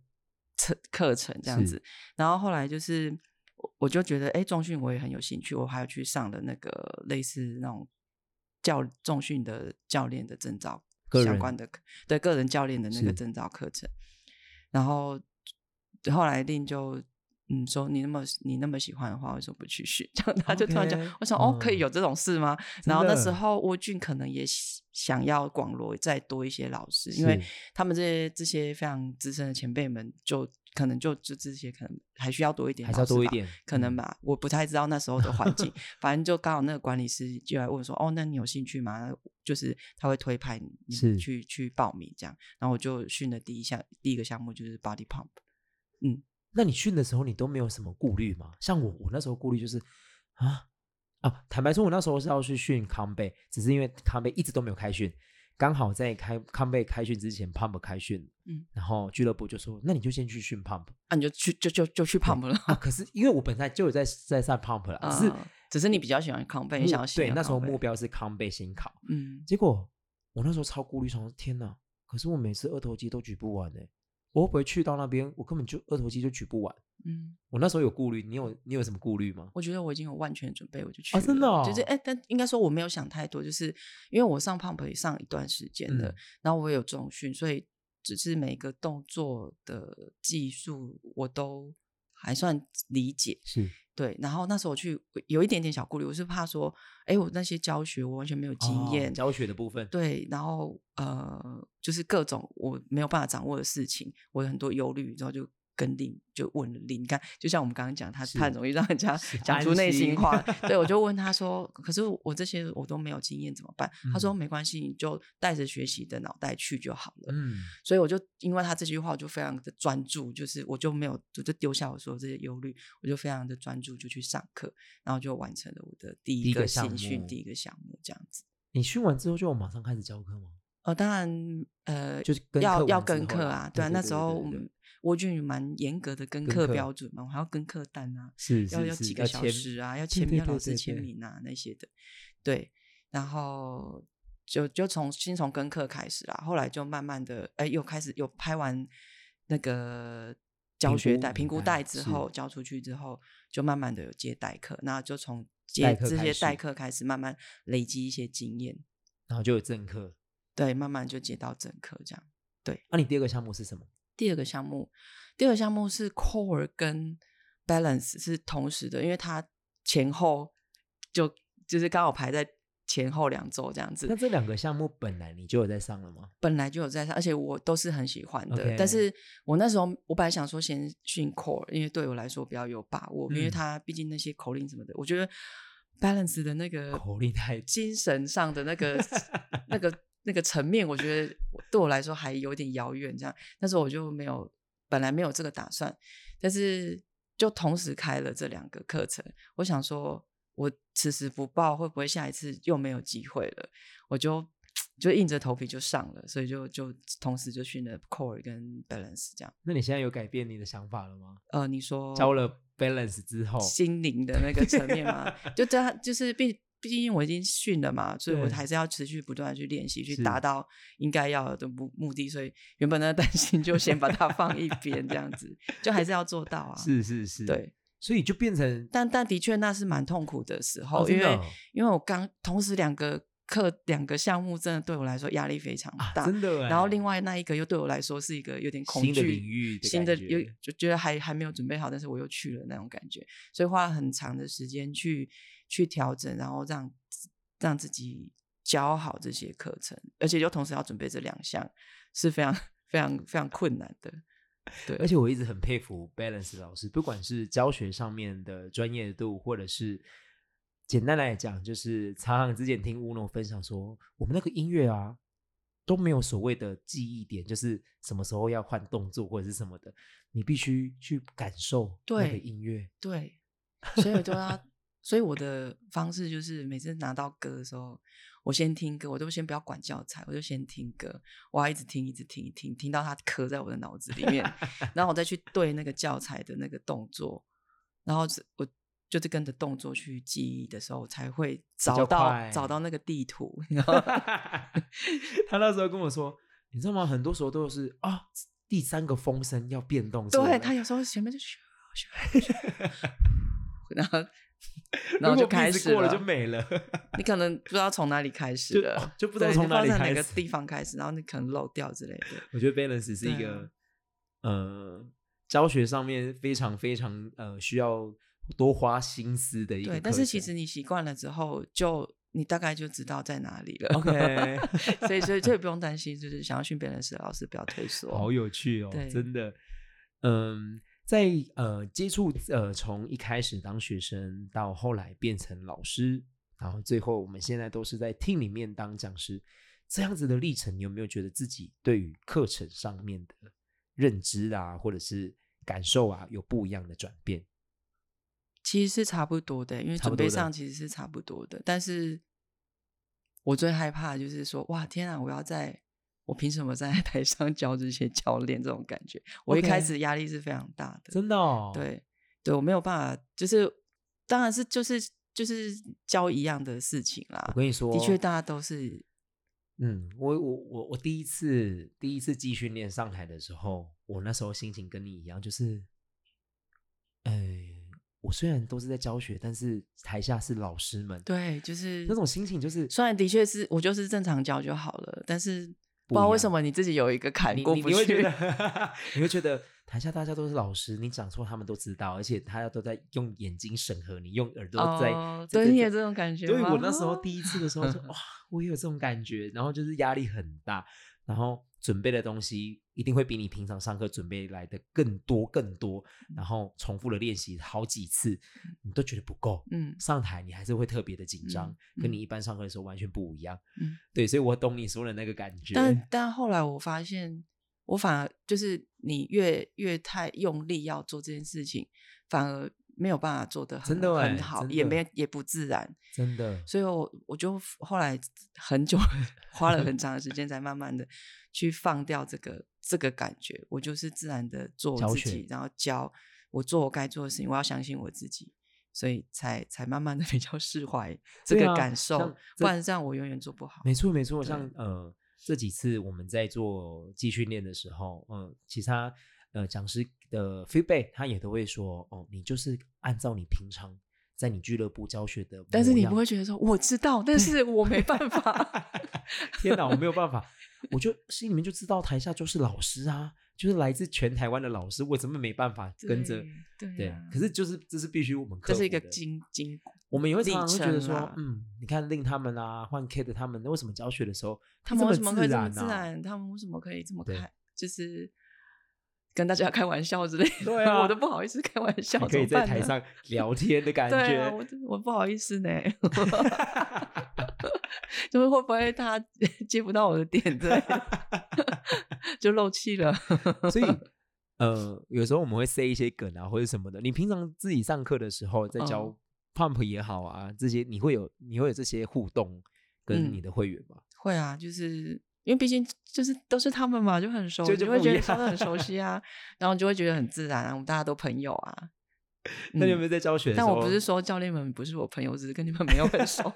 [SPEAKER 2] 课课程这样
[SPEAKER 1] 是
[SPEAKER 2] 子。然后后来就是我我就觉得，哎，重训我也很有兴趣，我还有去上了那个类似那种教重训的教练的证照
[SPEAKER 1] 个
[SPEAKER 2] 相
[SPEAKER 1] 人
[SPEAKER 2] 关的课，对个人教练的那个
[SPEAKER 1] 是
[SPEAKER 2] 证照课程。然后后来令就。嗯，说你那么你那么喜欢的话，为什么不去学？ 这样他就突然讲
[SPEAKER 1] OK，
[SPEAKER 2] 我想哦，可
[SPEAKER 1] 嗯
[SPEAKER 2] 以有这种事吗？
[SPEAKER 1] 真
[SPEAKER 2] 然后那时
[SPEAKER 1] 的
[SPEAKER 2] 候沃俊可能也喜想要广罗再多一些老师，因为
[SPEAKER 1] 是
[SPEAKER 2] 他们这些这些非常资深的前辈们就，可能就就这些可能还需要多一点，
[SPEAKER 1] 还是要多一，点，
[SPEAKER 2] 可能
[SPEAKER 1] 嗯
[SPEAKER 2] 吧，我不太知道那时候的环 境，反正就刚好那个管理师就来问说，哦，那你有兴趣吗？就是他会推派你你
[SPEAKER 1] 是
[SPEAKER 2] 去去报名这样，然后我就训的第一项第一个项目就是 body pump，
[SPEAKER 1] 那你训的时候，你都没有什么顾虑吗？像我，我那时候顾虑就是啊啊，坦白说，我那时候是要去训康贝，只是因为康贝一直都没有开训，刚好在开康贝开训之前，Pump 开训，
[SPEAKER 2] 嗯，
[SPEAKER 1] 然后俱乐部就说，那你就先去训 Pump
[SPEAKER 2] 啊，你就去就就就去 pump 了，
[SPEAKER 1] 啊。可是因为我本来就有在在上 Pump 了，啊只是
[SPEAKER 2] 嗯只是你比较喜欢 combat，你
[SPEAKER 1] 目
[SPEAKER 2] 想要训
[SPEAKER 1] 对
[SPEAKER 2] 练
[SPEAKER 1] 那时候
[SPEAKER 2] combat
[SPEAKER 1] 目标是康贝新考，
[SPEAKER 2] 嗯，
[SPEAKER 1] 结果我那时候超顾虑，想说天哪，可是我每次二头肌都举不完呢、我会不会去到那边，我根本就二头肌就举不完？
[SPEAKER 2] 嗯，
[SPEAKER 1] 我那时候有顾虑，你有你有什么顾虑吗？
[SPEAKER 2] 我觉得我已经有万全的准备，我就去
[SPEAKER 1] 啊
[SPEAKER 2] 了。
[SPEAKER 1] 真的哦
[SPEAKER 2] 就是哎、但应该说我没有想太多，就是因为我上 pump 也上一段时间的，
[SPEAKER 1] 嗯
[SPEAKER 2] 然后我也有重训，所以只是每个动作的技术我都还算理解。
[SPEAKER 1] 是
[SPEAKER 2] 对，然后那时候我去有一点点小顾虑，我是怕说，哎，我那些教学我完全没有经
[SPEAKER 1] 哦
[SPEAKER 2] 验，
[SPEAKER 1] 教学的部分，
[SPEAKER 2] 对，然后呃，就是各种我没有办法掌握的事情，我有很多忧虑，然后就跟令就问了令，你看，就像我们刚刚讲，他
[SPEAKER 1] 是
[SPEAKER 2] 他很容易让人家
[SPEAKER 1] 是
[SPEAKER 2] 讲
[SPEAKER 1] 安
[SPEAKER 2] 出内心
[SPEAKER 1] 心
[SPEAKER 2] 话。对，我就问他说：“可是我这些我都没有经验，怎么办？”他说：“
[SPEAKER 1] 嗯
[SPEAKER 2] 没关系，你就带着学习的脑袋去就好了。”
[SPEAKER 1] 嗯，
[SPEAKER 2] 所以我就因为他这句话，我就非常的专注，就是我就没有，我就丢下我所有这些忧虑，我就非常的专注，就去上课，然后就完成了我的第
[SPEAKER 1] 第
[SPEAKER 2] 一
[SPEAKER 1] 一
[SPEAKER 2] 个
[SPEAKER 1] 个项
[SPEAKER 2] 新训，
[SPEAKER 1] 目
[SPEAKER 2] 第一个项目这样子。
[SPEAKER 1] 你训完之后就马上开始教课吗？
[SPEAKER 2] 呃，当然，呃，
[SPEAKER 1] 就是跟
[SPEAKER 2] 要
[SPEAKER 1] 课
[SPEAKER 2] 要
[SPEAKER 1] 完之
[SPEAKER 2] 跟
[SPEAKER 1] 后
[SPEAKER 2] 课
[SPEAKER 1] 啦
[SPEAKER 2] 啊，
[SPEAKER 1] 对
[SPEAKER 2] 对啊，
[SPEAKER 1] 对
[SPEAKER 2] 那
[SPEAKER 1] 对
[SPEAKER 2] 时
[SPEAKER 1] 对
[SPEAKER 2] 候
[SPEAKER 1] 对
[SPEAKER 2] 我
[SPEAKER 1] 对
[SPEAKER 2] 们蜗居蛮严格的跟
[SPEAKER 1] 跟
[SPEAKER 2] 课
[SPEAKER 1] 课啊
[SPEAKER 2] 标准嘛，我还要跟课单啊，
[SPEAKER 1] 是
[SPEAKER 2] 要
[SPEAKER 1] 是
[SPEAKER 2] 要
[SPEAKER 1] 是
[SPEAKER 2] 几个小
[SPEAKER 1] 签
[SPEAKER 2] 时啊，要
[SPEAKER 1] 对
[SPEAKER 2] 签
[SPEAKER 1] 对
[SPEAKER 2] 名，要
[SPEAKER 1] 对
[SPEAKER 2] 老师
[SPEAKER 1] 对
[SPEAKER 2] 签
[SPEAKER 1] 对
[SPEAKER 2] 名啊那些的，对，然后就就从先从跟课开始啦，后来就慢慢的，哎，又开始有拍完那个教
[SPEAKER 1] 评
[SPEAKER 2] 学
[SPEAKER 1] 估
[SPEAKER 2] 带、评
[SPEAKER 1] 名
[SPEAKER 2] 估
[SPEAKER 1] 单
[SPEAKER 2] 带之
[SPEAKER 1] 是
[SPEAKER 2] 后，交出去之后，就慢慢的有接代课，那就从
[SPEAKER 1] 代
[SPEAKER 2] 接
[SPEAKER 1] 课
[SPEAKER 2] 这
[SPEAKER 1] 开
[SPEAKER 2] 些代
[SPEAKER 1] 始
[SPEAKER 2] 课开始，慢慢累积一些经验，
[SPEAKER 1] 然后就有正课。
[SPEAKER 2] 对，慢慢就接到整课这样。
[SPEAKER 1] 那、你第二个项目是什么？
[SPEAKER 2] 第二个项目，第二个项目是 core 跟 balance 是同时的，因为它前后就就是刚好排在前后两周这样
[SPEAKER 1] 那
[SPEAKER 2] 子，
[SPEAKER 1] 这两个项目本来你就有在上了吗？
[SPEAKER 2] 本来就有在上，而且我都是很喜欢的。
[SPEAKER 1] OK
[SPEAKER 2] 但是我那时候我本来想说先训 core，因为对我来说比较有把握，因为
[SPEAKER 1] 嗯
[SPEAKER 2] 它毕竟那些口令什么的，我觉得 balance 的那个
[SPEAKER 1] 口令太
[SPEAKER 2] 精神上的那 个那个那个层面，我觉得我对我来说还有点遥远。这样，那时候我就没有本来没有这个打算，但是就同时开了这两个课程。我想说，我此时不报，会不会下一次又没有机会了？我就就硬着头皮就上了，所以就就同时就训了 core 跟 balance 这样。
[SPEAKER 1] 那你现在有改变你的想法了吗？
[SPEAKER 2] 呃，你说
[SPEAKER 1] 教了 balance 之后，
[SPEAKER 2] 心灵的那个层 面嘛，就这样，就是毕毕竟我已经训了嘛，所以我
[SPEAKER 1] 对
[SPEAKER 2] 还是要持续不断的去练习，去
[SPEAKER 1] 是
[SPEAKER 2] 达到应该要有的目目的。所以原本那个担心就先把它放一边，这样 子就还是要做到啊。
[SPEAKER 1] 是是是，
[SPEAKER 2] 对，
[SPEAKER 1] 所以就变成
[SPEAKER 2] 但但的确那是蛮痛苦的时候，
[SPEAKER 1] 哦真
[SPEAKER 2] 因
[SPEAKER 1] 的
[SPEAKER 2] 为
[SPEAKER 1] 哦
[SPEAKER 2] 因为我刚同时两个课两个项目，真的对我来说压力非常
[SPEAKER 1] 啊，
[SPEAKER 2] 大。
[SPEAKER 1] 真的欸。
[SPEAKER 2] 然后另外那一个又对我来说是一个有点恐惧
[SPEAKER 1] 新的领域的
[SPEAKER 2] 新的
[SPEAKER 1] 感
[SPEAKER 2] 有
[SPEAKER 1] 觉
[SPEAKER 2] 就觉得还还没有准备好，但是我又去了那种感觉，所以花了很长的时间去去调整，然后让自让自己教好这些课程，而且又同时要准备这两项，是非常非常非常困难的。对，
[SPEAKER 1] 而且我一直很佩服 Balance 老师，不管是教学上面的专业度，或者是简单来讲，就是常常之前听乌龙分享说，我们那个音乐啊都没有所谓的记忆点，就是什么时候要换动作或者是什么的，你必须去感受那个
[SPEAKER 2] 对
[SPEAKER 1] 音 乐。
[SPEAKER 2] 对，所以我都要，所以我的方式就是每次拿到歌的时候，我先听歌，我都先不要管教材，我就先听歌，我要一直听，一直听，一直听，听到它刻在我的脑子里 面，然后我再去对那个教材的那个动作，然后是我。就是跟着动作去记忆的时候，我才会找
[SPEAKER 1] 较
[SPEAKER 2] 到
[SPEAKER 1] 快
[SPEAKER 2] 找到那个 地图。
[SPEAKER 1] 他那时候跟我说，你知道吗？很多时候都是啊，第三个风声要变动出来。
[SPEAKER 2] 对他有时候前面就咻咻 咻然后然后
[SPEAKER 1] 如
[SPEAKER 2] 就
[SPEAKER 1] 果
[SPEAKER 2] 开
[SPEAKER 1] 一直
[SPEAKER 2] 始
[SPEAKER 1] 过了就没了。
[SPEAKER 2] 你可能不知道从哪里开始
[SPEAKER 1] 就
[SPEAKER 2] 的
[SPEAKER 1] 哦，就不知道
[SPEAKER 2] 对
[SPEAKER 1] 从
[SPEAKER 2] 你
[SPEAKER 1] 哪
[SPEAKER 2] 知道
[SPEAKER 1] 里
[SPEAKER 2] 在哪
[SPEAKER 1] 开
[SPEAKER 2] 个
[SPEAKER 1] 始
[SPEAKER 2] 地方开始，然后你可能漏掉之类 的。
[SPEAKER 1] 我觉得 balance 是一
[SPEAKER 2] 对啊
[SPEAKER 1] 个、呃教学上面非常非常呃需要多花心思的一个课
[SPEAKER 2] 对，
[SPEAKER 1] 程。
[SPEAKER 2] 但是其实你习惯了之后，就你大概就知道在哪里了。
[SPEAKER 1] OK，
[SPEAKER 2] 所以所以所以不用担心，就是想要训别人时，老师不要退缩。
[SPEAKER 1] 好有趣哦
[SPEAKER 2] 对，
[SPEAKER 1] 真的，嗯。在呃接触呃从一开始当学生到后来变成老师，然后最后我们现在都是在 team 里面当讲师，这样子的历程，你有没有觉得自己对于课程上面的认知啊，或者是感受啊，有不一样的转变？
[SPEAKER 2] 其实是差不多的，因为
[SPEAKER 1] 差
[SPEAKER 2] 准
[SPEAKER 1] 不
[SPEAKER 2] 备
[SPEAKER 1] 多的
[SPEAKER 2] 上其实是差不多的。但是我最害怕的就是说，哇，天啊，我要在。我凭什么站在 台上教这些教练这种感觉？我一开
[SPEAKER 1] OK
[SPEAKER 2] 始压力是非常大的，
[SPEAKER 1] 真的哦，
[SPEAKER 2] 对对，我没有办法，就是当然是就是就是教一样的事情啦
[SPEAKER 1] 我。跟你说，
[SPEAKER 2] 的确，大家都是
[SPEAKER 1] 嗯，我我我我第一次第一次集训练上台的时候，我那时候心情跟你一样，就是，哎，我虽然都是在教学，但是台下是老师们，，
[SPEAKER 2] 对，就是
[SPEAKER 1] 那种心情就是
[SPEAKER 2] 虽然的确是我就是正常教就好了，但是
[SPEAKER 1] 不
[SPEAKER 2] 不知道
[SPEAKER 1] 一
[SPEAKER 2] 为什
[SPEAKER 1] 样
[SPEAKER 2] 么你自己有一个坎
[SPEAKER 1] 你
[SPEAKER 2] 过
[SPEAKER 1] 你
[SPEAKER 2] 不
[SPEAKER 1] 你会觉
[SPEAKER 2] 去
[SPEAKER 1] 得。 你会觉得台下大家都是老师，你讲错他们都知道，而且大家都在用眼睛审核你，用耳朵在，
[SPEAKER 2] 哦
[SPEAKER 1] 在
[SPEAKER 2] 对你
[SPEAKER 1] 在
[SPEAKER 2] 也这种感觉
[SPEAKER 1] 对我
[SPEAKER 2] 吗
[SPEAKER 1] 那时 候
[SPEAKER 2] 哦
[SPEAKER 1] 第一次的时候说哇，我也有这种感觉，然后就是压力很大，然后准备的东西一定会比你平常上课准备来的更多更多，
[SPEAKER 2] 嗯
[SPEAKER 1] 然后重复的练习好几次，你都觉得不够。
[SPEAKER 2] 嗯
[SPEAKER 1] 上台你还是会特别的紧张，
[SPEAKER 2] 嗯
[SPEAKER 1] 跟
[SPEAKER 2] 嗯
[SPEAKER 1] 你一般上课的时候完全不一样。
[SPEAKER 2] 嗯，
[SPEAKER 1] 对，所以我懂你说的那个感觉。
[SPEAKER 2] 但但后来我发现，我反而就是你越越太用力要做这件事情，反而没有办法做得很
[SPEAKER 1] 真的欸
[SPEAKER 2] 很好，
[SPEAKER 1] 真
[SPEAKER 2] 也
[SPEAKER 1] 的
[SPEAKER 2] 没也不自然。
[SPEAKER 1] 真的，
[SPEAKER 2] 所以我我就后来很久 花了很长的时间，才慢慢的去放掉这个这个感觉。我就是自然的做
[SPEAKER 1] 教
[SPEAKER 2] 我自
[SPEAKER 1] 学
[SPEAKER 2] 己，然后教我做我该做的事情，我要相信我自己，所以才才慢慢的 比较释怀这
[SPEAKER 1] 对
[SPEAKER 2] 个
[SPEAKER 1] 啊
[SPEAKER 2] 感受。
[SPEAKER 1] 像
[SPEAKER 2] 不
[SPEAKER 1] 这
[SPEAKER 2] 然这样我永远做不好。
[SPEAKER 1] 没错没错，
[SPEAKER 2] 对
[SPEAKER 1] 像呃这几次我们在做继训练的时候，嗯、其他呃讲师的 feedback 他也都会说，哦，你就是按照你平常在你俱乐部教学的，
[SPEAKER 2] 但是你不会。觉得说我知道，但是我没办法。
[SPEAKER 1] 天哪，我没有办法，我就心里面就知道台下就是老师啊，就是来自全台湾的老师，我怎么没办法 跟着？
[SPEAKER 2] 对
[SPEAKER 1] 对
[SPEAKER 2] 啊，
[SPEAKER 1] 可是就是这是必须我们克
[SPEAKER 2] 这是一
[SPEAKER 1] 服
[SPEAKER 2] 个
[SPEAKER 1] 的
[SPEAKER 2] 经经，
[SPEAKER 1] 我们也会常常
[SPEAKER 2] 历
[SPEAKER 1] 会觉得
[SPEAKER 2] 程啊
[SPEAKER 1] 说
[SPEAKER 2] 啦，
[SPEAKER 1] 嗯，你看令他们啊，换 K 的他们，为什么教学的时候
[SPEAKER 2] 他们为什么可以这么
[SPEAKER 1] 然
[SPEAKER 2] 自
[SPEAKER 1] 啊？
[SPEAKER 2] 然？他们为什么可以这么
[SPEAKER 1] 对
[SPEAKER 2] 开？就是跟大家开玩笑之类的，
[SPEAKER 1] 对啊
[SPEAKER 2] 我都不好意思开玩笑，
[SPEAKER 1] 还可以
[SPEAKER 2] 怎么
[SPEAKER 1] 在
[SPEAKER 2] 办
[SPEAKER 1] 台
[SPEAKER 2] 呢
[SPEAKER 1] 上聊天的 感
[SPEAKER 2] 对啊，
[SPEAKER 1] 觉
[SPEAKER 2] 我，都我不好意思 呢，就是会不会他接不到我的点之类的， 就漏气 了。
[SPEAKER 1] 所以呃，有时候我们会塞一些梗啊或者什么的。你平常自己上课的时候在教
[SPEAKER 2] 嗯
[SPEAKER 1] pump 也好啊，这些你会有你会有这些互动跟
[SPEAKER 2] 嗯
[SPEAKER 1] 你的会员吗？
[SPEAKER 2] 会啊，就是因为毕竟就是都是他们嘛，就很熟，
[SPEAKER 1] 就
[SPEAKER 2] 你
[SPEAKER 1] 就
[SPEAKER 2] 会
[SPEAKER 1] 不
[SPEAKER 2] 觉
[SPEAKER 1] 一
[SPEAKER 2] 得相
[SPEAKER 1] 样
[SPEAKER 2] 对很熟悉啊，然后你就会觉得很自然啊，我们大家都朋友啊。
[SPEAKER 1] 那你有没
[SPEAKER 2] 嗯
[SPEAKER 1] 有在教学的时
[SPEAKER 2] 但
[SPEAKER 1] 候？
[SPEAKER 2] 我不是说教练们不是我朋友，我只是跟你们没有很熟。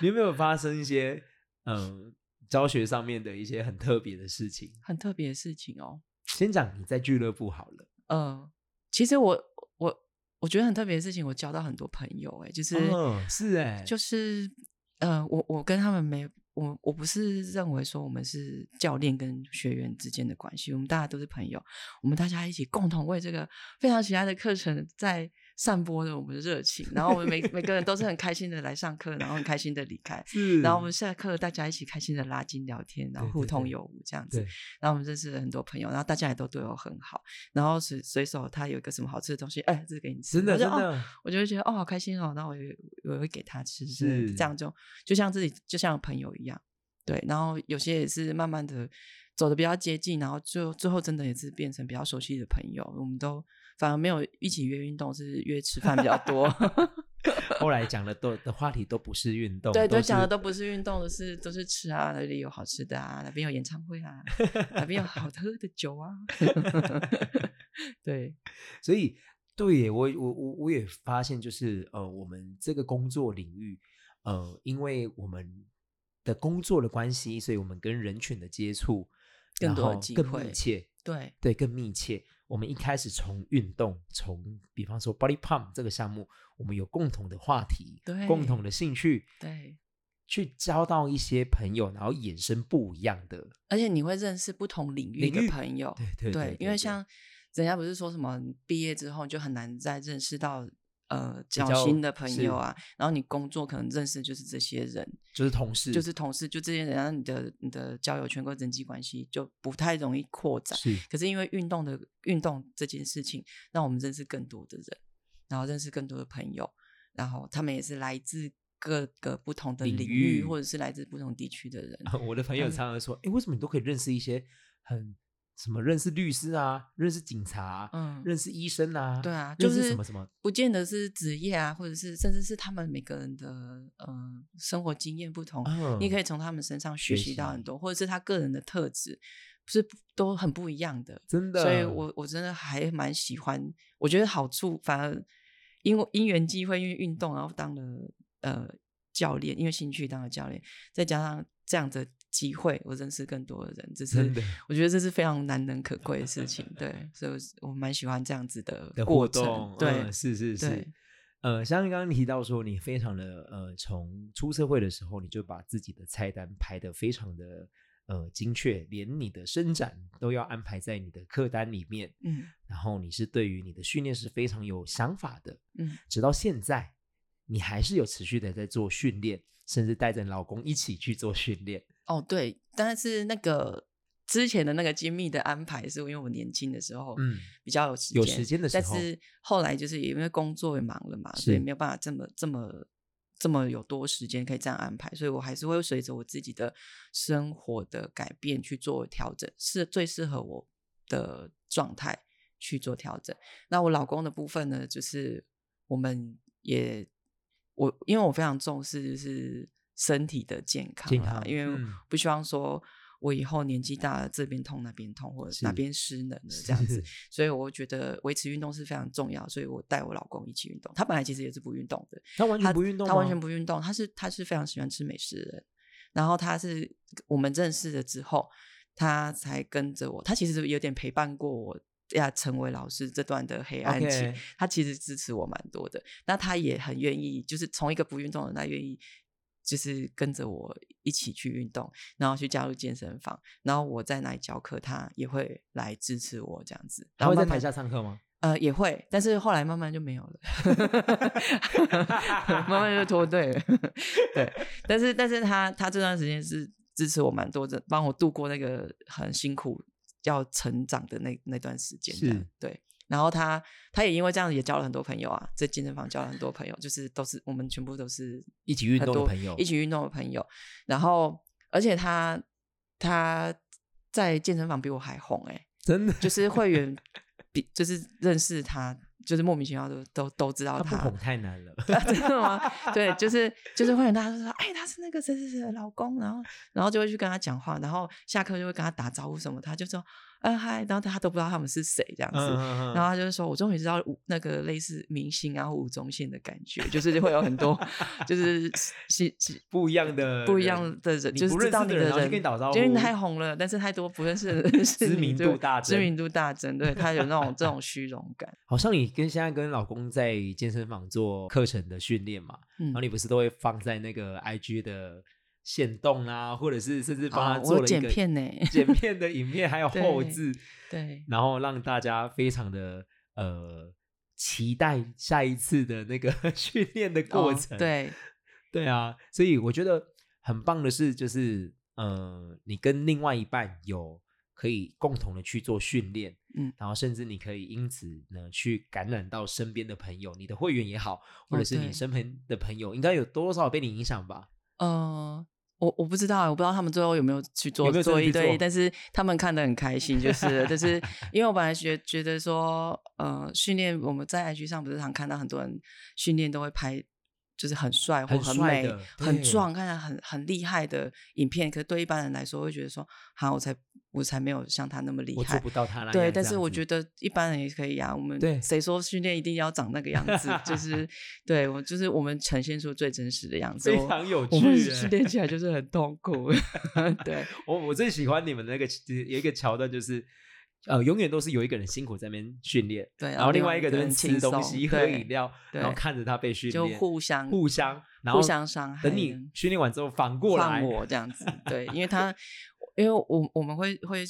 [SPEAKER 1] 你有没有发生一些嗯教学上面的一些很特别的事情？
[SPEAKER 2] 很特别的事情哦。
[SPEAKER 1] 先讲你在俱乐部好了。
[SPEAKER 2] 呃，其实我我我觉得很特别的事情，我交到很多朋友、欸，哎，就是、
[SPEAKER 1] 哦是哎
[SPEAKER 2] 就是呃，我我跟他们没。我我不是认为说我们是教练跟学员之间的关系，我们大家都是朋友，我们大家一起共同为这个非常喜爱的课程在散播着我们的热情，然后我们每每个人都是很开心的来上课，然后很开心的离开，
[SPEAKER 1] 欸是，
[SPEAKER 2] 然后我们下课大家一起开心的拉筋聊天，然后
[SPEAKER 1] 嗯对
[SPEAKER 2] 互
[SPEAKER 1] 对
[SPEAKER 2] 通
[SPEAKER 1] 对
[SPEAKER 2] 有无这样子
[SPEAKER 1] 对。
[SPEAKER 2] 然后我们认识了很多朋友，然后大家也都对我很好，然后随随手他有一个什么好吃的东西，哎，这个给你吃，
[SPEAKER 1] 真的
[SPEAKER 2] 我就
[SPEAKER 1] 真
[SPEAKER 2] 哦，
[SPEAKER 1] 的
[SPEAKER 2] 我就会觉得哦好开心哦，然后我也我会给他吃，是
[SPEAKER 1] 是
[SPEAKER 2] 这样就就像自己就像朋友一样，对，然后有些也是慢慢的走的比较接近，然后就最后真的也是变成比较熟悉的朋友，我们都反而没有一起约运动，是约吃饭比较多。
[SPEAKER 1] 后来讲的都的话题都不是 运动，
[SPEAKER 2] 对，都
[SPEAKER 1] 都
[SPEAKER 2] 讲的
[SPEAKER 1] 是
[SPEAKER 2] 都不是运动的是都是吃啊，哪里有好吃的啊，哪边有演唱会啊，哪边有好喝的酒啊。 对，
[SPEAKER 1] 所以对耶，我我我我也发现，就是呃，我们这个工作领域，呃，因为我们的工作的关系，所以我们跟人群的接触
[SPEAKER 2] 更
[SPEAKER 1] 然
[SPEAKER 2] 多的
[SPEAKER 1] 后
[SPEAKER 2] 机
[SPEAKER 1] 更
[SPEAKER 2] 会
[SPEAKER 1] 密切，
[SPEAKER 2] 对，
[SPEAKER 1] 对，更密切。我们一开始从运动，从比方说 body pump 这个项目，我们有共同的话题，共同
[SPEAKER 2] 对
[SPEAKER 1] 的兴趣，
[SPEAKER 2] 对，
[SPEAKER 1] 去交到一些朋友，然后衍生不一样的，
[SPEAKER 2] 而且你会认识不同领域
[SPEAKER 1] 领
[SPEAKER 2] 的
[SPEAKER 1] 域
[SPEAKER 2] 朋友。
[SPEAKER 1] 对对
[SPEAKER 2] 对，因为像人家不是说什么毕业之后你就很难再认识到呃交
[SPEAKER 1] 较
[SPEAKER 2] 新的朋
[SPEAKER 1] 是
[SPEAKER 2] 友啊，然后你工作可能认识就是这些人，
[SPEAKER 1] 就是同事，
[SPEAKER 2] 就是同事，就这些人，然后你的你的交友圈跟人际关系就不太容易扩展。
[SPEAKER 1] 是
[SPEAKER 2] 可是因为运动的运动这件事情，让我们认识更多的人，然后认识更多的朋友，然后他们也是来自各个不同的
[SPEAKER 1] 领
[SPEAKER 2] 领域，
[SPEAKER 1] 域啊
[SPEAKER 2] 或者是来自不同地区的人。
[SPEAKER 1] 我的朋友
[SPEAKER 2] 嗯
[SPEAKER 1] 常常说，哎、为什么你都可以认识一些很什么认识律师啊，认识警察啊、
[SPEAKER 2] 嗯，
[SPEAKER 1] 认识医生啊，
[SPEAKER 2] 对啊，就
[SPEAKER 1] 认识
[SPEAKER 2] 是
[SPEAKER 1] 什么什么，
[SPEAKER 2] 不见得是职业啊，或者是甚至是他们每个人的呃生活经验不同，
[SPEAKER 1] 嗯，
[SPEAKER 2] 你可以从他们身上学
[SPEAKER 1] 学
[SPEAKER 2] 习到很
[SPEAKER 1] 习
[SPEAKER 2] 多，或者是他个人的特质是不都很不一样的。
[SPEAKER 1] 真的，
[SPEAKER 2] 所以我我真的还蛮喜欢，我觉得好处反而因为因缘际会，因为运动，然后当了呃教练，因为兴趣当了教练，再加上这样的机会，我认识更多的人，这是
[SPEAKER 1] 真的
[SPEAKER 2] 我觉得这是非常难能可贵的事情。 对，所以我是我蛮喜欢这样子的
[SPEAKER 1] 的
[SPEAKER 2] 过
[SPEAKER 1] 活
[SPEAKER 2] 程。
[SPEAKER 1] 动，
[SPEAKER 2] 对、
[SPEAKER 1] 嗯是是是
[SPEAKER 2] 对。
[SPEAKER 1] 呃，像刚刚提到说，你非常的呃，从出社会的时候，你就把自己的菜单排得非常的呃精确，连你的伸展都要安排在你的客单里面。
[SPEAKER 2] 嗯
[SPEAKER 1] 然后你是对于你的训练是非常有想法的，
[SPEAKER 2] 嗯，
[SPEAKER 1] 直到现在，你还是有持续的在做训练，甚至带着老公一起去做训练。
[SPEAKER 2] 哦，对，但是那个之前的那个精密的安排，是因为我年轻的时候，
[SPEAKER 1] 嗯，
[SPEAKER 2] 比较有时间，
[SPEAKER 1] 有时间的时
[SPEAKER 2] 但
[SPEAKER 1] 候，
[SPEAKER 2] 是后来就是因为工作也忙了嘛，
[SPEAKER 1] 是
[SPEAKER 2] 所以没有办法这么这么这么有多时间可以这样安排，所以我还是会随着我自己的生活的改变去做调整，是最适合我的状态去做调整。那我老公的部分呢，就是我们也我因为我非常重视就是身体的健康
[SPEAKER 1] 健
[SPEAKER 2] 啊，
[SPEAKER 1] 康
[SPEAKER 2] 因为
[SPEAKER 1] 嗯
[SPEAKER 2] 不希望说。我以后年纪大了，这边痛那边痛，或者
[SPEAKER 1] 是
[SPEAKER 2] 哪边失能了这样 子，
[SPEAKER 1] 是
[SPEAKER 2] 所以我觉得维持运动是非常重要，所以我带我老公一起运动。他本来其实也是不运动的，
[SPEAKER 1] 他完全
[SPEAKER 2] 他
[SPEAKER 1] 不运动吗，
[SPEAKER 2] 他完全不运动，他是他是非常喜欢吃美食的人。然后他是我们认识了之后，他才跟着我，他其实有点陪伴过我要成为老师这段的黑暗期。
[SPEAKER 1] OK，
[SPEAKER 2] 他其实支持我蛮多的，那他也很愿意，就是从一个不运动的人，他愿意就是跟着我一起去运动，然后去加入健身房，然后我在哪里教课，他也会来支持我这样子。
[SPEAKER 1] 他
[SPEAKER 2] 然后
[SPEAKER 1] 会在
[SPEAKER 2] 慢慢
[SPEAKER 1] 台下上课吗？
[SPEAKER 2] 呃，也会，但是后来慢慢就没有了， 慢慢就脱队了。 对，但是但是他他这段时间是支持我蛮多的，帮我度过那个很辛苦要成长的那那段时间这样。
[SPEAKER 1] 是
[SPEAKER 2] 对。然后他他也因为这样也交了很多朋友啊，在健身房交了很多朋友，就是都是我们全部都是
[SPEAKER 1] 一起运
[SPEAKER 2] 很
[SPEAKER 1] 动的
[SPEAKER 2] 多
[SPEAKER 1] 朋友
[SPEAKER 2] 一起运动的朋友。然后而且他他在健身房比我还红哎、
[SPEAKER 1] 真的，
[SPEAKER 2] 就是会员比就是认识他，就是莫名其妙都都都知道
[SPEAKER 1] 他不
[SPEAKER 2] 他
[SPEAKER 1] 哄。太难 了。
[SPEAKER 2] 啊真的吗？对，就是就是会员，大家都说，哎，他是那个谁谁谁的老公，然后然后就会去跟他讲话，然后下课就会跟他打招呼什么，他就说，嗯、嗨，然后他都不知道他们是谁这样子，
[SPEAKER 1] 嗯
[SPEAKER 2] 然后他就是说，我终于知道吴那个类似明星啊、吴宗宪的感觉，就是会有很多就是 是是
[SPEAKER 1] 不一样的
[SPEAKER 2] 不一
[SPEAKER 1] 人
[SPEAKER 2] 样的人，
[SPEAKER 1] 你
[SPEAKER 2] 就是
[SPEAKER 1] 不
[SPEAKER 2] 知
[SPEAKER 1] 认
[SPEAKER 2] 道
[SPEAKER 1] 识
[SPEAKER 2] 你
[SPEAKER 1] 的人
[SPEAKER 2] 的人，
[SPEAKER 1] 然后就跟你打招呼
[SPEAKER 2] 因为你太红了，但是太多不认识的人 是
[SPEAKER 1] 知
[SPEAKER 2] 你
[SPEAKER 1] 名
[SPEAKER 2] 就
[SPEAKER 1] 度大
[SPEAKER 2] 知
[SPEAKER 1] 增
[SPEAKER 2] 名度大增，对他有那种这种虚荣感，
[SPEAKER 1] 好像你跟现在跟老公在健身房做课程的训练嘛，
[SPEAKER 2] 嗯
[SPEAKER 1] 然后。你不是都会放在那个 IG 的线动啊，或者是甚至帮他
[SPEAKER 2] 哦
[SPEAKER 1] 做
[SPEAKER 2] 我
[SPEAKER 1] 了一
[SPEAKER 2] 剪
[SPEAKER 1] 个
[SPEAKER 2] 片呢
[SPEAKER 1] 剪片的影片还有后
[SPEAKER 2] 对
[SPEAKER 1] 置，
[SPEAKER 2] 对
[SPEAKER 1] 然后让大家非常的呃期待下一次的那个 训练的过
[SPEAKER 2] 哦
[SPEAKER 1] 程。
[SPEAKER 2] 对，
[SPEAKER 1] 对啊，所以我觉得很棒的是，就是呃，你跟另外一半有可以共同的去做训练，
[SPEAKER 2] 嗯
[SPEAKER 1] 然后甚至你可以因此呢去感染到身边的朋友，你的会员也好，或
[SPEAKER 2] 哦
[SPEAKER 1] 者是你
[SPEAKER 2] 对
[SPEAKER 1] 身边的朋友，应该有多多少少被你影响吧？
[SPEAKER 2] 呃，我我不知道欸，我不知道他们最后有没有去做
[SPEAKER 1] 有没有真
[SPEAKER 2] 做
[SPEAKER 1] 的
[SPEAKER 2] 一
[SPEAKER 1] 去
[SPEAKER 2] 对
[SPEAKER 1] 做
[SPEAKER 2] 一，但是他们看得很开心，就是了就是 因为我本来觉觉得说，呃，训练我们在 IG 上不是常看到很多人训练都会拍。就是很帅或
[SPEAKER 1] 很
[SPEAKER 2] 很
[SPEAKER 1] 帅
[SPEAKER 2] 美
[SPEAKER 1] 的、
[SPEAKER 2] 很
[SPEAKER 1] 对
[SPEAKER 2] 壮，看起来很很厉害的影片，可是对一般人来说会觉得说，哈，我才我才没有像他那么厉
[SPEAKER 1] 我做
[SPEAKER 2] 害
[SPEAKER 1] 不。到他那
[SPEAKER 2] 对，
[SPEAKER 1] 样
[SPEAKER 2] 但
[SPEAKER 1] 这
[SPEAKER 2] 是
[SPEAKER 1] 样
[SPEAKER 2] 我
[SPEAKER 1] 子
[SPEAKER 2] 觉得一般人也可以啊。我们
[SPEAKER 1] 对
[SPEAKER 2] 谁说训练一定要长那个样子？ 就是对我，就是我们呈现出最真实的样子。
[SPEAKER 1] 非
[SPEAKER 2] 我
[SPEAKER 1] 常有
[SPEAKER 2] 我
[SPEAKER 1] 趣
[SPEAKER 2] 们
[SPEAKER 1] 欸、
[SPEAKER 2] 训练起来就是很痛 苦。对，
[SPEAKER 1] 我我最喜欢你们那个有一个桥段，就是呃，永远都是有一个人辛苦在那边训练，
[SPEAKER 2] 对
[SPEAKER 1] 然
[SPEAKER 2] 然
[SPEAKER 1] 后
[SPEAKER 2] 后
[SPEAKER 1] 另
[SPEAKER 2] 另
[SPEAKER 1] 外
[SPEAKER 2] 外
[SPEAKER 1] 一
[SPEAKER 2] 一
[SPEAKER 1] 个
[SPEAKER 2] 个
[SPEAKER 1] 在那
[SPEAKER 2] 人
[SPEAKER 1] 边吃
[SPEAKER 2] 轻
[SPEAKER 1] 东
[SPEAKER 2] 松
[SPEAKER 1] 西、喝
[SPEAKER 2] 对
[SPEAKER 1] 饮料，
[SPEAKER 2] 对
[SPEAKER 1] 然后看着他被训
[SPEAKER 2] 就
[SPEAKER 1] 练，
[SPEAKER 2] 互相
[SPEAKER 1] 互相，然后
[SPEAKER 2] 互相伤害，
[SPEAKER 1] 等你 训练完之后反过来
[SPEAKER 2] 换，我这样子。对，因为他，因为我我们会会。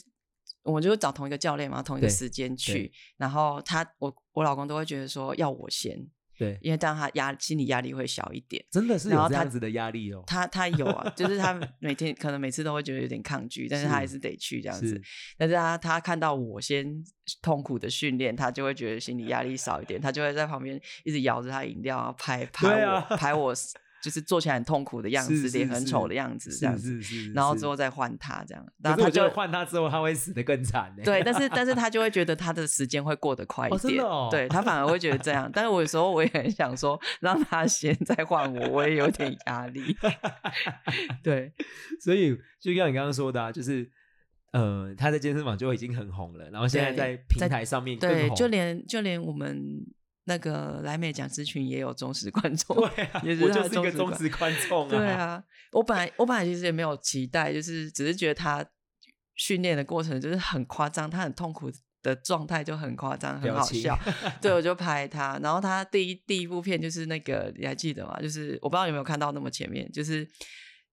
[SPEAKER 2] 我们就会找同一个教练嘛，同一个
[SPEAKER 1] 对
[SPEAKER 2] 时间去
[SPEAKER 1] 对，
[SPEAKER 2] 然后他我我老公都会觉得说要我先，
[SPEAKER 1] 对，
[SPEAKER 2] 因为这样他压心理压力会小一点。
[SPEAKER 1] 真的是
[SPEAKER 2] 然
[SPEAKER 1] 有
[SPEAKER 2] 后
[SPEAKER 1] 这
[SPEAKER 2] 他
[SPEAKER 1] 样子的压力哦，
[SPEAKER 2] 他他有啊，就是他每天可能每次都会觉得有点抗拒，但是他还
[SPEAKER 1] 是
[SPEAKER 2] 是得去这样子
[SPEAKER 1] 是。
[SPEAKER 2] 但是他他看到我先痛苦的训练，他就会觉得心理压力少一点，他就会在旁边一直摇着他饮料啊，拍拍我、
[SPEAKER 1] 对啊
[SPEAKER 2] 拍我，就是做起来很痛苦的样子，
[SPEAKER 1] 是是
[SPEAKER 2] 脸很丑的
[SPEAKER 1] 是
[SPEAKER 2] 样子这样
[SPEAKER 1] 是
[SPEAKER 2] 子，
[SPEAKER 1] 是是，
[SPEAKER 2] 然后
[SPEAKER 1] 是
[SPEAKER 2] 之后，再换他这样，然
[SPEAKER 1] 可
[SPEAKER 2] 后
[SPEAKER 1] 是
[SPEAKER 2] 他
[SPEAKER 1] 我
[SPEAKER 2] 就
[SPEAKER 1] 就。换他之后，他会死得更惨呢。
[SPEAKER 2] 对，但是但是他就会觉得他的时间会过得快一
[SPEAKER 1] 哦真的
[SPEAKER 2] 点，
[SPEAKER 1] 哦
[SPEAKER 2] 对他反而会觉得这 样。但是我有时候我也很想说，让他先再换我，我也有点 压力。对，
[SPEAKER 1] 所以就像你刚刚说的，啊，就是呃，他在健身房就已经很红了，然后现在
[SPEAKER 2] 对
[SPEAKER 1] 在平
[SPEAKER 2] 在
[SPEAKER 1] 台上面更
[SPEAKER 2] 对，
[SPEAKER 1] 红
[SPEAKER 2] 就连就连我们那个莱美讲师群也有忠实观众。
[SPEAKER 1] 对啊，
[SPEAKER 2] 也是
[SPEAKER 1] 我
[SPEAKER 2] 他
[SPEAKER 1] 就
[SPEAKER 2] 的
[SPEAKER 1] 是一个
[SPEAKER 2] 忠
[SPEAKER 1] 忠
[SPEAKER 2] 实
[SPEAKER 1] 实观众啊，
[SPEAKER 2] 对，啊，我本来我本来其实也没有期待，就是只是觉得他训练的过程就是很夸张，他很痛苦的状态就很夸张，很
[SPEAKER 1] 表
[SPEAKER 2] 好
[SPEAKER 1] 情
[SPEAKER 2] 笑。 对，我就拍他。然后他第一第一部片就是那个，你还记得吗？就是我不知道有没有看到那么前面，就是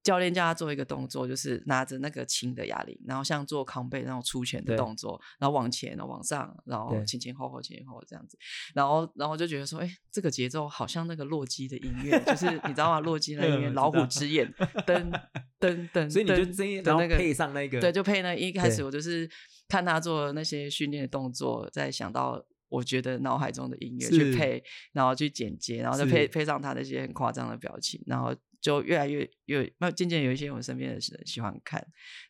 [SPEAKER 2] 教练叫他做一个动作，就是拿着那个轻的哑铃，然后像做扛背那种出拳的
[SPEAKER 1] 对
[SPEAKER 2] 动作，然后往前，然后往上，然后
[SPEAKER 1] 对
[SPEAKER 2] 前前后后前前后后这样子，然后然后就觉得说，哎，这个节奏好像那个洛基的音乐，就是你知道吗？洛基的音
[SPEAKER 1] 嗯
[SPEAKER 2] 乐《
[SPEAKER 1] 我
[SPEAKER 2] 老
[SPEAKER 1] 知道
[SPEAKER 2] 虎之眼》 噔噔噔，
[SPEAKER 1] 所以你就
[SPEAKER 2] 噔
[SPEAKER 1] 这一
[SPEAKER 2] 啊的
[SPEAKER 1] 然后
[SPEAKER 2] 那个
[SPEAKER 1] 配上那个
[SPEAKER 2] 对，就配那一开始
[SPEAKER 1] 对
[SPEAKER 2] 我就是看他做的那些训练的动作，再想到我觉得脑海中的音乐去
[SPEAKER 1] 是
[SPEAKER 2] 配，然后去剪接，然后再配
[SPEAKER 1] 是
[SPEAKER 2] 配上他那些很夸张的表情，然后就越来越越那渐渐有一些我身边的人喜欢看，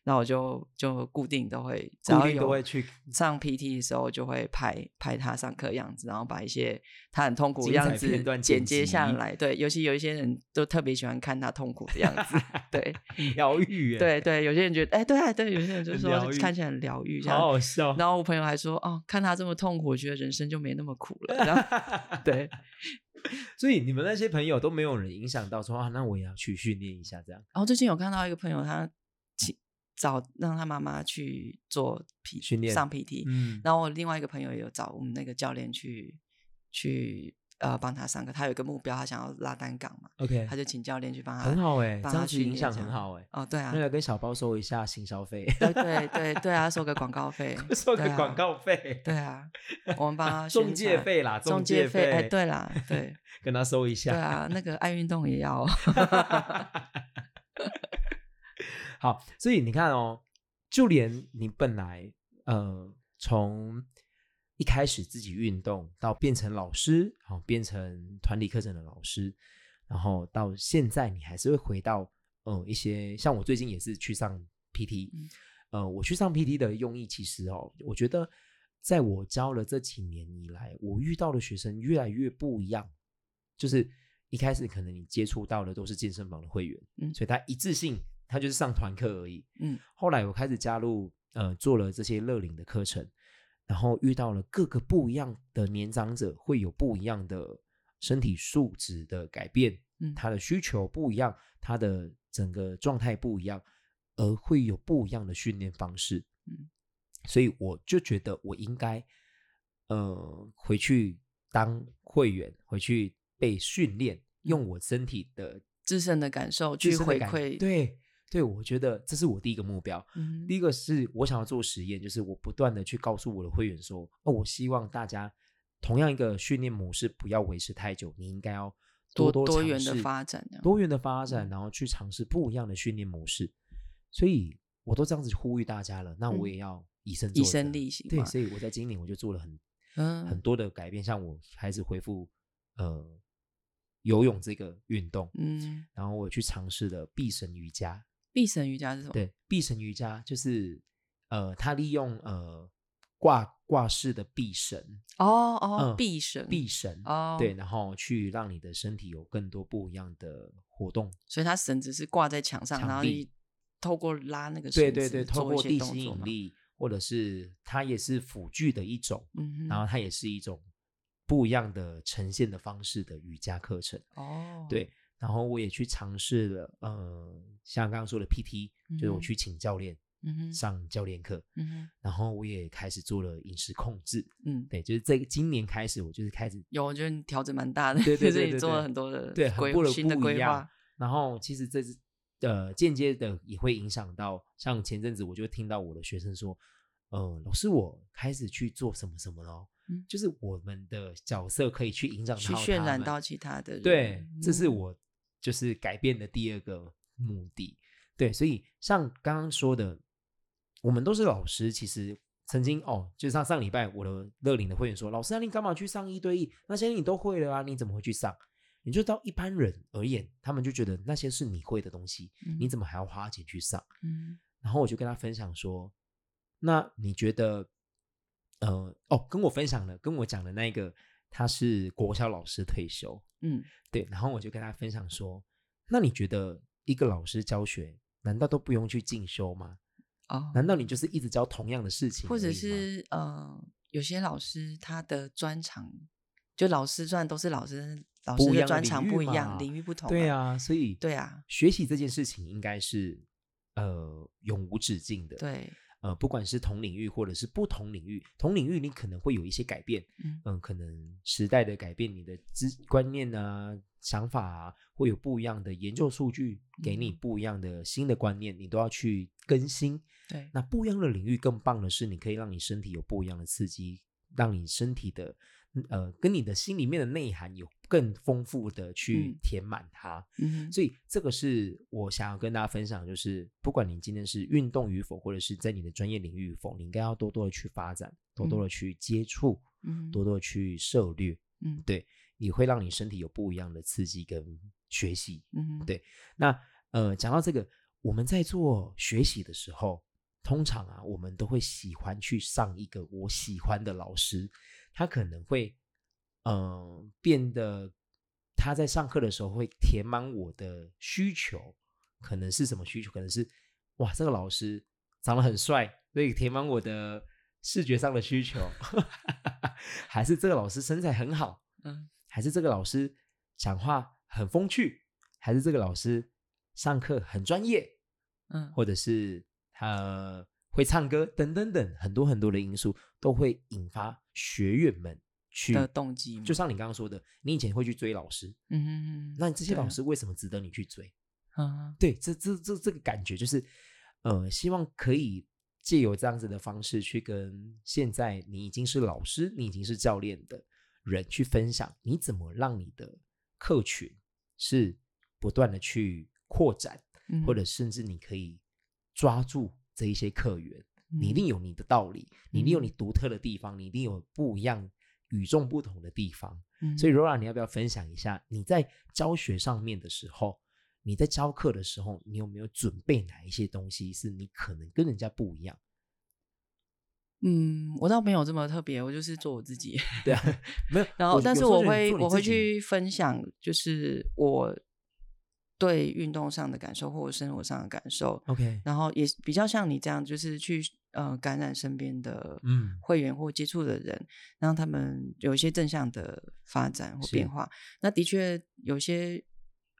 [SPEAKER 2] 然后我就就固定都会只
[SPEAKER 1] 固
[SPEAKER 2] 要
[SPEAKER 1] 定
[SPEAKER 2] 有
[SPEAKER 1] 都会去
[SPEAKER 2] 上 PT 的时候就会拍拍他上课样子，然后把一些他很痛苦的
[SPEAKER 1] 精彩
[SPEAKER 2] 样子
[SPEAKER 1] 片段
[SPEAKER 2] 剪
[SPEAKER 1] 剪
[SPEAKER 2] 接下
[SPEAKER 1] 辑
[SPEAKER 2] 来。对，尤其有一些人都特别喜欢看他痛苦的样 子。对，
[SPEAKER 1] 疗愈耶，
[SPEAKER 2] 对对，有些人觉得，哎，对啊对，有些人就
[SPEAKER 1] 很
[SPEAKER 2] 说
[SPEAKER 1] 疗
[SPEAKER 2] 看
[SPEAKER 1] 愈哦
[SPEAKER 2] 起来很疗愈，这
[SPEAKER 1] 好
[SPEAKER 2] 样。
[SPEAKER 1] 好笑。
[SPEAKER 2] 然后我朋友还说，哦，看他这么痛苦，我觉得人生就没那么苦了。 然后对，
[SPEAKER 1] 所以你们那些朋友都没有人影响到说啊，那我也要去训练一下这样
[SPEAKER 2] 然后最近有看到一个朋友，他请找让他妈妈去做 P
[SPEAKER 1] 训练
[SPEAKER 2] 上 PT，、
[SPEAKER 1] 嗯，
[SPEAKER 2] 然后我另外一个朋友也有找我们那个教练去去呃帮他上课，他有一个目标，他想要拉单杠嘛，
[SPEAKER 1] OK，
[SPEAKER 2] 他就请教练去帮他。
[SPEAKER 1] 很好哎，
[SPEAKER 2] 帮
[SPEAKER 1] 这
[SPEAKER 2] 他
[SPEAKER 1] 样子
[SPEAKER 2] 训
[SPEAKER 1] 影
[SPEAKER 2] 练
[SPEAKER 1] 响
[SPEAKER 2] 这
[SPEAKER 1] 很
[SPEAKER 2] 样
[SPEAKER 1] 好哎。
[SPEAKER 2] 哦，对啊
[SPEAKER 1] 那，个跟小包收一下新消费，，
[SPEAKER 2] 对对对对啊，收个广告费
[SPEAKER 1] 收
[SPEAKER 2] 对
[SPEAKER 1] 个
[SPEAKER 2] 啊
[SPEAKER 1] 广告费，
[SPEAKER 2] 对啊，我们帮他宣
[SPEAKER 1] 中介
[SPEAKER 2] 传
[SPEAKER 1] 费啦，
[SPEAKER 2] 中
[SPEAKER 1] 介
[SPEAKER 2] 介
[SPEAKER 1] 费，
[SPEAKER 2] 哎，对啦，对
[SPEAKER 1] 跟他收一
[SPEAKER 2] 对
[SPEAKER 1] 下。
[SPEAKER 2] 啊，那个爱运动 也要哦，
[SPEAKER 1] 好，所以你看哦，就连你本来呃从一开始自己运动，到变成老师，好、变成团体课程的老师，然后到现在你还是会回到嗯、呃一些像我最近也是去上 PT，
[SPEAKER 2] 嗯
[SPEAKER 1] 呃，我去上 PT 的用意其实哦，我觉得在我教了这几年以来，我遇到的学生越来越不一样，就是一开始可能你接触到的都是健身房的会员，
[SPEAKER 2] 嗯
[SPEAKER 1] 所以他一致性他就是上团课而已，
[SPEAKER 2] 嗯，
[SPEAKER 1] 后来我开始加入呃做了这些乐龄的课程，然后遇到了各个不一样的年长者，会有不一样的身体素质的改变，
[SPEAKER 2] 嗯
[SPEAKER 1] 他的需求不一样，他的整个状态不一样，而会有不一样的训练方式，
[SPEAKER 2] 嗯，
[SPEAKER 1] 所以我就觉得我应该呃回去当会员，回去被训练，
[SPEAKER 2] 嗯
[SPEAKER 1] 用我身体的
[SPEAKER 2] 自身的感受
[SPEAKER 1] 自
[SPEAKER 2] 去
[SPEAKER 1] 身的
[SPEAKER 2] 回
[SPEAKER 1] 感
[SPEAKER 2] 馈，，
[SPEAKER 1] 对。对，我觉得这是我第一个目标。
[SPEAKER 2] 嗯
[SPEAKER 1] 第一个是我想要做实验，就是我不断的去告诉我的会员说，哦，我希望大家同样一个训练模式不要维持太久，你应该要
[SPEAKER 2] 多
[SPEAKER 1] 多
[SPEAKER 2] 多
[SPEAKER 1] 尝
[SPEAKER 2] 元的
[SPEAKER 1] 试
[SPEAKER 2] 发展这样
[SPEAKER 1] 多元的发展，
[SPEAKER 2] 嗯
[SPEAKER 1] 然后去尝试不一样的训练模式。所以我都这样子呼吁大家了，那我
[SPEAKER 2] 嗯
[SPEAKER 1] 也要以身
[SPEAKER 2] 以
[SPEAKER 1] 作
[SPEAKER 2] 身
[SPEAKER 1] 则
[SPEAKER 2] 力行
[SPEAKER 1] 对，
[SPEAKER 2] 嘛
[SPEAKER 1] 所以我在今年我就做了很很
[SPEAKER 2] 嗯
[SPEAKER 1] 多的改变，像我开始恢复呃游泳这个运动，
[SPEAKER 2] 嗯，
[SPEAKER 1] 然后我去尝试了臂神瑜伽，
[SPEAKER 2] 必神瑜伽是什么？
[SPEAKER 1] 对，臂神瑜伽就是呃，它利用呃挂挂式的臂绳，
[SPEAKER 2] 哦哦，
[SPEAKER 1] 嗯
[SPEAKER 2] 必神
[SPEAKER 1] 臂，绳、
[SPEAKER 2] 哦
[SPEAKER 1] 对，然后去让你的身体有更多不一样的活动。
[SPEAKER 2] 所以它绳子是挂在墙上，
[SPEAKER 1] 墙
[SPEAKER 2] 然后
[SPEAKER 1] 壁
[SPEAKER 2] 你透过拉那个绳
[SPEAKER 1] 对
[SPEAKER 2] 子
[SPEAKER 1] 对对，透
[SPEAKER 2] 做一
[SPEAKER 1] 过
[SPEAKER 2] 些
[SPEAKER 1] 地
[SPEAKER 2] 动
[SPEAKER 1] 心
[SPEAKER 2] 作
[SPEAKER 1] 引
[SPEAKER 2] 嘛，
[SPEAKER 1] 力，或者是它也是辅具的一种，
[SPEAKER 2] 嗯
[SPEAKER 1] 然后
[SPEAKER 2] 哼，
[SPEAKER 1] 它也是一种不一样的呈现的方式的瑜伽课程。
[SPEAKER 2] 哦，
[SPEAKER 1] 对，然后我也去尝试了，呃，像刚刚说的 PT，就是
[SPEAKER 2] 嗯
[SPEAKER 1] 我
[SPEAKER 2] 哼
[SPEAKER 1] 去请教练、
[SPEAKER 2] 嗯哼，
[SPEAKER 1] 上教练课，
[SPEAKER 2] 嗯哼，
[SPEAKER 1] 然后我也开始做了饮食控制。
[SPEAKER 2] 嗯，
[SPEAKER 1] 对，就是这个今年开始，我就是开始，
[SPEAKER 2] 有，我觉得你调整蛮大的，
[SPEAKER 1] 对对
[SPEAKER 2] 就是
[SPEAKER 1] 对
[SPEAKER 2] 你
[SPEAKER 1] 对
[SPEAKER 2] 做了
[SPEAKER 1] 对
[SPEAKER 2] 很多的
[SPEAKER 1] 对很
[SPEAKER 2] 规
[SPEAKER 1] 多的
[SPEAKER 2] 新的
[SPEAKER 1] 不一
[SPEAKER 2] 规
[SPEAKER 1] 样
[SPEAKER 2] 划，
[SPEAKER 1] 然后其实这是呃间接的也会影响到，像前阵子我就听到我的学生说，呃，老师我开始去做什么什么咯，
[SPEAKER 2] 嗯
[SPEAKER 1] 就是我们的角色可以去影响
[SPEAKER 2] 去
[SPEAKER 1] 到
[SPEAKER 2] 渲
[SPEAKER 1] 他
[SPEAKER 2] 染
[SPEAKER 1] 们
[SPEAKER 2] 到其他的人，
[SPEAKER 1] 对，这是
[SPEAKER 2] 嗯
[SPEAKER 1] 我就是改变的第二个目的。对，所以像刚刚说的，我们都是老师，其实曾经哦，就像上礼拜我的乐龄的会员说，老师啊，你干嘛去上一对一？那些你都会了啊，你怎么会去上？你就到一般人而言，他们就觉得那些是你会的东西，你怎么还要花钱去上？
[SPEAKER 2] 嗯
[SPEAKER 1] 然后我就跟他分享说，那你觉得，呃，哦，跟我分享了，跟我讲的那个，他是国小老师退休，
[SPEAKER 2] 嗯
[SPEAKER 1] 对，然后我就跟他分享说，那你觉得一个老师教学，难道都不用去进修吗？
[SPEAKER 2] 哦，
[SPEAKER 1] 难道你就是一直教同样的事情而已吗？
[SPEAKER 2] 或者是呃，有些老师他的专长，就老师虽然都是老师，老师
[SPEAKER 1] 不一
[SPEAKER 2] 的
[SPEAKER 1] 样的
[SPEAKER 2] 专
[SPEAKER 1] 领
[SPEAKER 2] 长
[SPEAKER 1] 域
[SPEAKER 2] 不一样，
[SPEAKER 1] 嘛
[SPEAKER 2] 领域不同、
[SPEAKER 1] 对，啊，所以
[SPEAKER 2] 对啊，
[SPEAKER 1] 学习这件事情应该是呃永无止境的，
[SPEAKER 2] 对，
[SPEAKER 1] 呃，不管是同领域或者是不同领域，同领域你可能会有一些改变，
[SPEAKER 2] 嗯
[SPEAKER 1] 嗯，可能时代的改变，你的知观念啊、想法啊，会有不一样的研究数据给你
[SPEAKER 2] 嗯
[SPEAKER 1] 不一样的新的观念，你都要去更新。
[SPEAKER 2] 对，
[SPEAKER 1] 那不一样的领域更棒的是，你可以让你身体有不一样的刺激，让你身体的呃跟你的心里面的内涵有更丰富的去
[SPEAKER 2] 嗯
[SPEAKER 1] 填满它。
[SPEAKER 2] 嗯哼，
[SPEAKER 1] 所以这个是我想要跟大家分享，就是不管你今天是运动与否，或者是在你的专业领域与否，你应该要多多的去发展，多多的去接触，
[SPEAKER 2] 嗯
[SPEAKER 1] 多多的去涉略，
[SPEAKER 2] 嗯
[SPEAKER 1] 你会让你身体有不一样的刺激跟学习。
[SPEAKER 2] 嗯哼
[SPEAKER 1] 对那呃，讲到这个，我们在做学习的时候，通常啊，我们都会喜欢去上一个我喜欢的老师，他可能会呃变得他在上课的时候会填满我的需求，可能是什么需求？可能是哇，这个老师长得很帅，所以填满我的视觉上的需求， 还是这个老师身材很好，
[SPEAKER 2] 嗯
[SPEAKER 1] 还是这个老师讲话很风趣，还是这个老师上课很专业，
[SPEAKER 2] 嗯
[SPEAKER 1] 或者是呃会唱歌等等等，很多很多的因素都会引发学员们去
[SPEAKER 2] 的动机嘛，
[SPEAKER 1] 就像你刚刚说的，你以前会去追老师，
[SPEAKER 2] 嗯哼嗯哼，
[SPEAKER 1] 那这些
[SPEAKER 2] 对啊
[SPEAKER 1] 老师为什么值得你去追？
[SPEAKER 2] 嗯
[SPEAKER 1] 对，这这这这个感觉就是，呃，希望可以借由这样子的方式去跟现在你已经是老师、你已经是教练的人去分享，你怎么让你的客群是不断的去扩展，
[SPEAKER 2] 嗯
[SPEAKER 1] 或者甚至你可以抓住这一些客源。你一定有你的道理，你一定有你
[SPEAKER 2] 嗯
[SPEAKER 1] 独特的地方，你一定有不一样、与众不同的地方。
[SPEAKER 2] 嗯
[SPEAKER 1] 所以 Rora，你要不要分享一下你在教学上面的时候，你在教课的时候，你有没有准备哪一些东西是你可能跟人家不一样？
[SPEAKER 2] 嗯，我倒没有这么特别，我就是做我自己。
[SPEAKER 1] 对啊，没有。
[SPEAKER 2] 然后，但
[SPEAKER 1] 有
[SPEAKER 2] 是
[SPEAKER 1] 时候
[SPEAKER 2] 我
[SPEAKER 1] 觉得你
[SPEAKER 2] 会
[SPEAKER 1] 做你
[SPEAKER 2] 我会
[SPEAKER 1] 自己
[SPEAKER 2] 去分享，就是我对运动上的感受，或者生活上的感受，
[SPEAKER 1] OK，
[SPEAKER 2] 然后也比较像你这样，就是去呃感染身边的
[SPEAKER 1] 嗯
[SPEAKER 2] 会员或接触的人，让他们有一些正向的发展或
[SPEAKER 1] 是
[SPEAKER 2] 变化。那的确有些。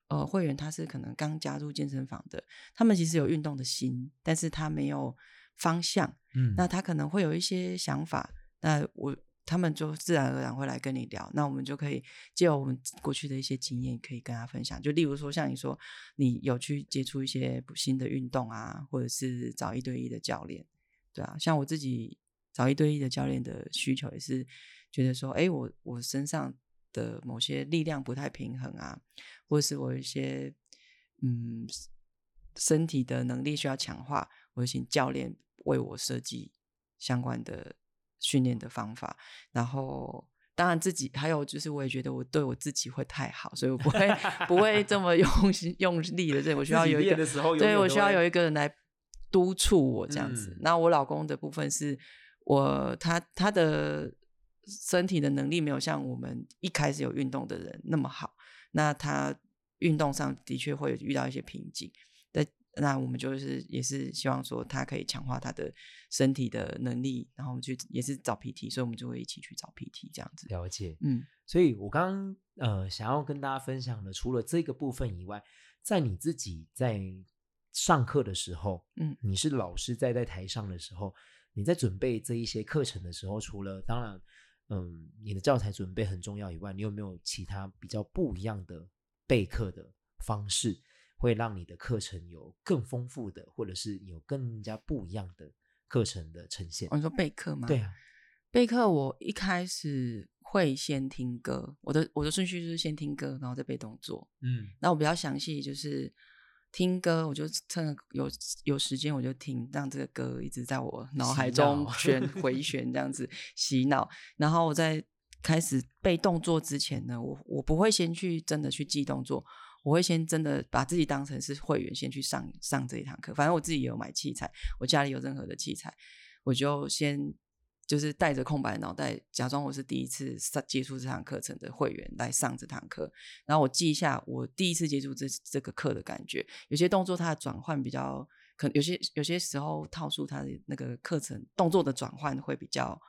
[SPEAKER 2] 呃，会员他是可能刚加入健身房的，他们其实有运动的心，但是他没有方向，
[SPEAKER 1] 嗯，
[SPEAKER 2] 那他可能会有一些想法，那我他们就自然而然会来跟你聊，那我们就可以借由我们过去的一些经验，可以跟他分享。就例如说，像你说，你有去接触一些新的运动啊，或者是找一对一的教练，对啊，像我自己找一对一的教练的需求也是觉得说，哎，我我身上的某些力量不太平衡啊，或是我有一些嗯身体的能力需要强化，我就请教练为我设计相关的训练的方法，然后。当然，自己还有就是，我也觉得我对我自己会太好，所以我不会不会这么用心用力的。这我需要
[SPEAKER 1] 自己
[SPEAKER 2] 有一
[SPEAKER 1] 练
[SPEAKER 2] 个
[SPEAKER 1] 的时候永
[SPEAKER 2] 对
[SPEAKER 1] 远
[SPEAKER 2] 我
[SPEAKER 1] 都
[SPEAKER 2] 需要
[SPEAKER 1] 会
[SPEAKER 2] 有一个人来督促我这样子。
[SPEAKER 1] 嗯
[SPEAKER 2] 那我老公的部分是我他他的身体的能力没有像我们一开始有运动的人那么好，那他运动上的确会遇到一些瓶颈。但那我们就是也是希望说他可以强化他的身体的能力，然后我们去也是找 PT，所以我们就会一起去找 PT 这样子。
[SPEAKER 1] 了解。
[SPEAKER 2] 嗯
[SPEAKER 1] 所以我刚刚呃想要跟大家分享的，除了这个部分以外，在你自己在上课的时候，
[SPEAKER 2] 嗯
[SPEAKER 1] 你是老师在在台上的时候，你在准备这一些课程的时候，除了当然，嗯，你的教材准备很重要以外，你有没有其他比较不一样的备课的方式，会让你的课程有更丰富的，或者是有更加不一样的课程的呈现？
[SPEAKER 2] 哦，你说备课吗？
[SPEAKER 1] 对啊，
[SPEAKER 2] 备课我一开始会先听歌，我的我的顺序就是先听歌，然后再背动作。
[SPEAKER 1] 嗯，
[SPEAKER 2] 那我比较详细就是听歌，我就趁着有有时间我就听，让这个歌一直在我脑海中
[SPEAKER 1] 洗脑
[SPEAKER 2] 旋回旋这样子洗脑。然后我在开始背动作之前呢，我我不会先去真的去记动作，我会先真的把自己当成是会员，先去上上这一堂课。反正我自己也有买器材，我家里有任何的器材，我就先就是带着空白的脑袋，假装我是第一次上接触这堂课程的会员来上这堂课，然后我记一下我第一次接触这这个课的感觉。有些动作它的转换比较，可能有些有些时候套数它的那个课程动作的转换会比较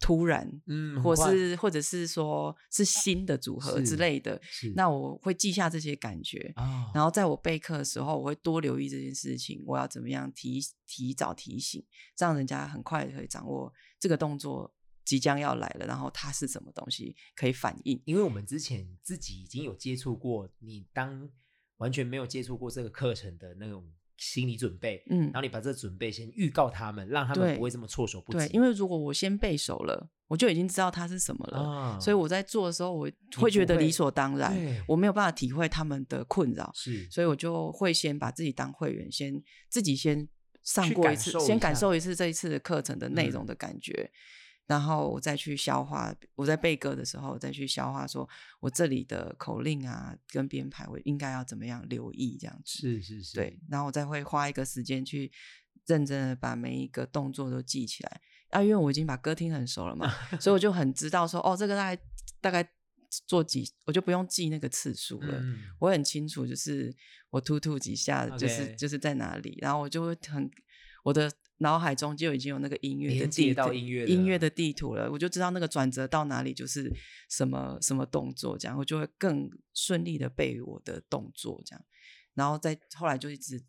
[SPEAKER 2] 突然，
[SPEAKER 1] 嗯，
[SPEAKER 2] 或
[SPEAKER 1] 很快
[SPEAKER 2] 是或者是说是新的组合
[SPEAKER 1] 是
[SPEAKER 2] 之类的，
[SPEAKER 1] 是
[SPEAKER 2] 那我会记下这些感觉。
[SPEAKER 1] 啊，
[SPEAKER 2] 然后在我备课的时候，我会多留意这件事情，我要怎么样提提早提醒，让人家很快可以掌握这个动作即将要来了，然后它是什么东西可以反应。
[SPEAKER 1] 因为我们之前自己已经有接触过，你当完全没有接触过这个课程的那种心理准备，
[SPEAKER 2] 嗯
[SPEAKER 1] 然后，你把这个准备先预告他们，让他们
[SPEAKER 2] 对
[SPEAKER 1] 不会这么措手不及。
[SPEAKER 2] 对，因为如果我先背熟了，我就已经知道它是什么了，
[SPEAKER 1] 啊，
[SPEAKER 2] 所以我在做的时候，我
[SPEAKER 1] 不
[SPEAKER 2] 会觉得
[SPEAKER 1] 会
[SPEAKER 2] 理所当然，
[SPEAKER 1] 对
[SPEAKER 2] 我没有办法体会他们的困扰，
[SPEAKER 1] 是
[SPEAKER 2] 所以我就会先把自己当会员，先自己先上
[SPEAKER 1] 去
[SPEAKER 2] 过一
[SPEAKER 1] 感
[SPEAKER 2] 次，
[SPEAKER 1] 受
[SPEAKER 2] 先
[SPEAKER 1] 一
[SPEAKER 2] 感
[SPEAKER 1] 下
[SPEAKER 2] 受一次这一次的课程的内容
[SPEAKER 1] 嗯
[SPEAKER 2] 的感觉，然后我再去消化。我在背歌的时候再去消化说，我这里的口令啊跟编排，我应该要怎么样留意这样子。
[SPEAKER 1] 是是是，
[SPEAKER 2] 对，然后我再会花一个时间去认真的把每一个动作都记起来。啊，因为我已经把歌听很熟了嘛，所以我就很知道说，哦，这个大概大概做几，我就不用记那个次数了。
[SPEAKER 1] 嗯，
[SPEAKER 2] 我很清楚，就是我突突几下，就是
[SPEAKER 1] OK
[SPEAKER 2] 就是在哪里，然后我就会很我的脑海中就已经有那个音乐的
[SPEAKER 1] 连
[SPEAKER 2] 地
[SPEAKER 1] 接到
[SPEAKER 2] 图
[SPEAKER 1] 音乐
[SPEAKER 2] 音
[SPEAKER 1] 的
[SPEAKER 2] 乐的地图了，我就知道那个转折到哪里就是什么什么动作，这样我就会更顺利的背我的动作这样，然后再后来就一直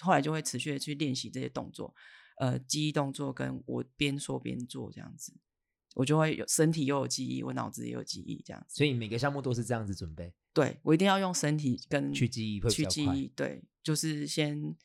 [SPEAKER 2] 后来就会持续的去练习这些动作，呃，记忆动作跟我边说边做这样子，我就会有身体又有记忆，我脑子也有记忆这样子。
[SPEAKER 1] 所以每个项目都是这样子准备
[SPEAKER 2] 对我一定要用身体跟
[SPEAKER 1] 去记忆会比
[SPEAKER 2] 嗯去
[SPEAKER 1] 较
[SPEAKER 2] 记
[SPEAKER 1] 快
[SPEAKER 2] 忆，对，就是先，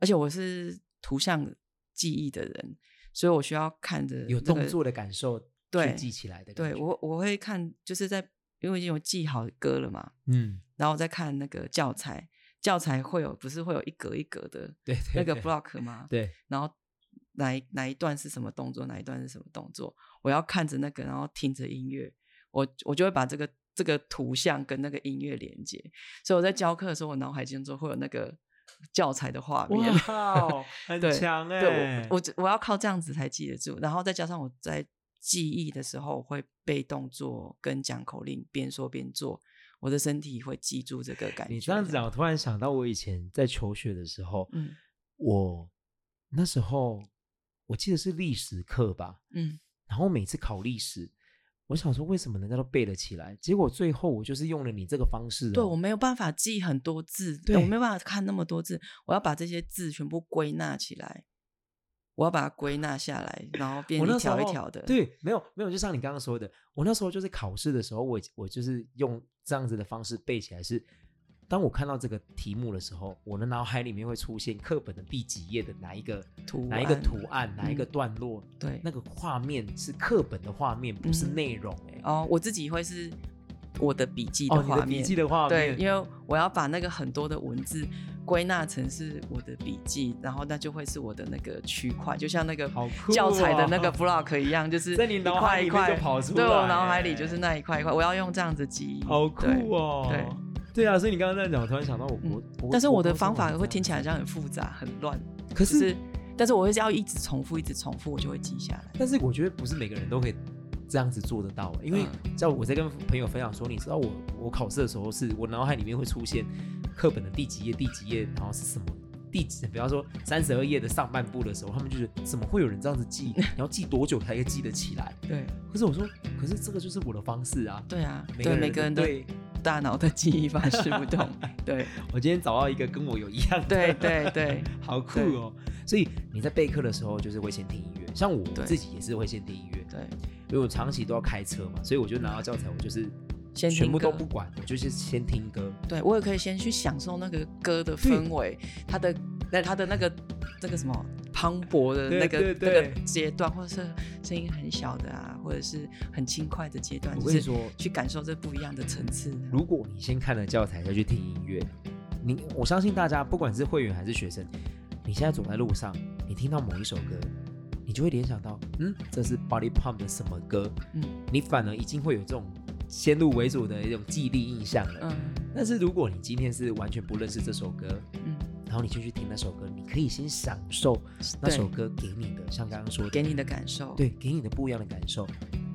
[SPEAKER 2] 而且我是图像记忆的人，所以我需要看着、
[SPEAKER 1] 有动作的感受，
[SPEAKER 2] 对
[SPEAKER 1] 记起来的感
[SPEAKER 2] 对
[SPEAKER 1] 觉，
[SPEAKER 2] 我我会看，就是在因为已经有记好歌了嘛，
[SPEAKER 1] 嗯，
[SPEAKER 2] 然后我再看那个教材，教材会有不是会有一格一格的
[SPEAKER 1] 对
[SPEAKER 2] 那
[SPEAKER 1] 对
[SPEAKER 2] 个
[SPEAKER 1] 对
[SPEAKER 2] block 吗？
[SPEAKER 1] 对，
[SPEAKER 2] 然后哪一哪一段是什么动作，哪一段是什么动作，我要看着那个，然后听着音乐，我我就会把这个这个图像跟那个音乐连接。所以我在教课的时候，我脑海中就会有那个教材的画面。
[SPEAKER 1] 哇，哦很
[SPEAKER 2] 对
[SPEAKER 1] 强哎、
[SPEAKER 2] 对我我只我要靠这样子才记得住，然后再加上我在记忆的时候我会背动作跟讲口令，边说边做，我的身体会记住这个感觉。
[SPEAKER 1] 你这样子讲，啊我突然想到我以前在求学的时候，
[SPEAKER 2] 嗯
[SPEAKER 1] 我那时候我记得是历史课吧，
[SPEAKER 2] 嗯，
[SPEAKER 1] 然后每次考历史，我想说为什么人家都背得起来，结果最后我就是用了你这个方式、哦，
[SPEAKER 2] 对我没有办法记很多字，
[SPEAKER 1] 对
[SPEAKER 2] 我没有办法看那么多字，我要把这些字全部归纳起来，我要把它归纳下来，然后变
[SPEAKER 1] 我
[SPEAKER 2] 一
[SPEAKER 1] 那时候
[SPEAKER 2] 条一条的。，
[SPEAKER 1] 对，没有没有，就像你刚刚说的，我那时候就是考试的时候，我我就是用这样子的方式背起来是。当我看到这个题目的时候，我的脑海里面会出现课本的第几页的哪一个
[SPEAKER 2] 图
[SPEAKER 1] 哪一个
[SPEAKER 2] 案
[SPEAKER 1] 图案、哪一个
[SPEAKER 2] 嗯
[SPEAKER 1] 段落，
[SPEAKER 2] 对
[SPEAKER 1] 那个画面是课本的画面，不是
[SPEAKER 2] 嗯
[SPEAKER 1] 内容、欸。
[SPEAKER 2] 哦，我自己会是我的笔记
[SPEAKER 1] 哦，你
[SPEAKER 2] 画
[SPEAKER 1] 的笔
[SPEAKER 2] 面。
[SPEAKER 1] 记的画
[SPEAKER 2] 对，
[SPEAKER 1] 面，
[SPEAKER 2] 因为我要把那个很多的文字归纳成是我的笔记，然后那就会是我的那个区块，就像那个
[SPEAKER 1] 好酷
[SPEAKER 2] 教材的那个
[SPEAKER 1] 哦
[SPEAKER 2] block 一样，就是
[SPEAKER 1] 在你脑
[SPEAKER 2] 一块
[SPEAKER 1] 海里
[SPEAKER 2] 一
[SPEAKER 1] 面就
[SPEAKER 2] 块
[SPEAKER 1] 跑出
[SPEAKER 2] 对我
[SPEAKER 1] 来欸
[SPEAKER 2] 脑海里就是那一块一块，我要用这样子记忆。
[SPEAKER 1] 好酷
[SPEAKER 2] 对
[SPEAKER 1] 哦！
[SPEAKER 2] 对嗯
[SPEAKER 1] 对啊，所以你刚刚在讲，我突然想到我国，我
[SPEAKER 2] 但是我的
[SPEAKER 1] 国中
[SPEAKER 2] 方法
[SPEAKER 1] 也
[SPEAKER 2] 会
[SPEAKER 1] 这
[SPEAKER 2] 听
[SPEAKER 1] 样
[SPEAKER 2] 起来好像很复杂、很乱，
[SPEAKER 1] 可，
[SPEAKER 2] 就是是，但是我会要一直重复、一直重复，我就会记下来。
[SPEAKER 1] 但是我觉得不是每个人都可以这样子做得到，欸因为
[SPEAKER 2] 嗯
[SPEAKER 1] 在我在跟朋友分享说，你知道我我考试的时候是，我脑海里面会出现课本的第几页、第几页，然后是什么。第几，比方说三十二页的上半部的时候，他们就觉得怎么会有人这样子 记？你要记多久才可以记得起来？
[SPEAKER 2] 对
[SPEAKER 1] 可是我说，可是这个就是我的方式啊。
[SPEAKER 2] 对啊，
[SPEAKER 1] 每
[SPEAKER 2] 对每个人的
[SPEAKER 1] 对
[SPEAKER 2] 大脑的记忆方式不 同，对
[SPEAKER 1] 我今天找到一个跟我有一样的，
[SPEAKER 2] 对对对，
[SPEAKER 1] 好酷哦！所以你在备课的时候，就是会先听音乐，像我
[SPEAKER 2] 对
[SPEAKER 1] 自己也是会先听音乐，
[SPEAKER 2] 对，
[SPEAKER 1] 因为我长期都要开车嘛，所以我就拿到教材，我就是
[SPEAKER 2] 先听
[SPEAKER 1] 全部都
[SPEAKER 2] 歌
[SPEAKER 1] 不管，我就是先听歌。
[SPEAKER 2] 对我也可以先去享受那个歌的
[SPEAKER 1] 对
[SPEAKER 2] 氛围，它的那它的那个那个什么磅礴的
[SPEAKER 1] 对
[SPEAKER 2] 那个
[SPEAKER 1] 对
[SPEAKER 2] 那
[SPEAKER 1] 对
[SPEAKER 2] 个阶段，或者是声音很小的啊，或者是很轻快的阶段，
[SPEAKER 1] 我
[SPEAKER 2] 就
[SPEAKER 1] 跟你
[SPEAKER 2] 是
[SPEAKER 1] 说
[SPEAKER 2] 去感受这不一样的层次。
[SPEAKER 1] 如果你先看了教材再去听音乐，你我相信大家不管是会员还是学生，你现在走在路上，你听到某一首歌，你就会联想到，嗯，这是 Body Pump 的什么歌？
[SPEAKER 2] 嗯
[SPEAKER 1] 你反而已经会有这种先入为主的一种记忆力印象了。
[SPEAKER 2] 嗯
[SPEAKER 1] 但是如果你今天是完全不认识这首歌，
[SPEAKER 2] 嗯，
[SPEAKER 1] 然后你就去听那首歌，你可以先享受那
[SPEAKER 2] 对
[SPEAKER 1] 首歌给你的，像刚刚说的，
[SPEAKER 2] 给你的感受，
[SPEAKER 1] 对给你的不一样的感受。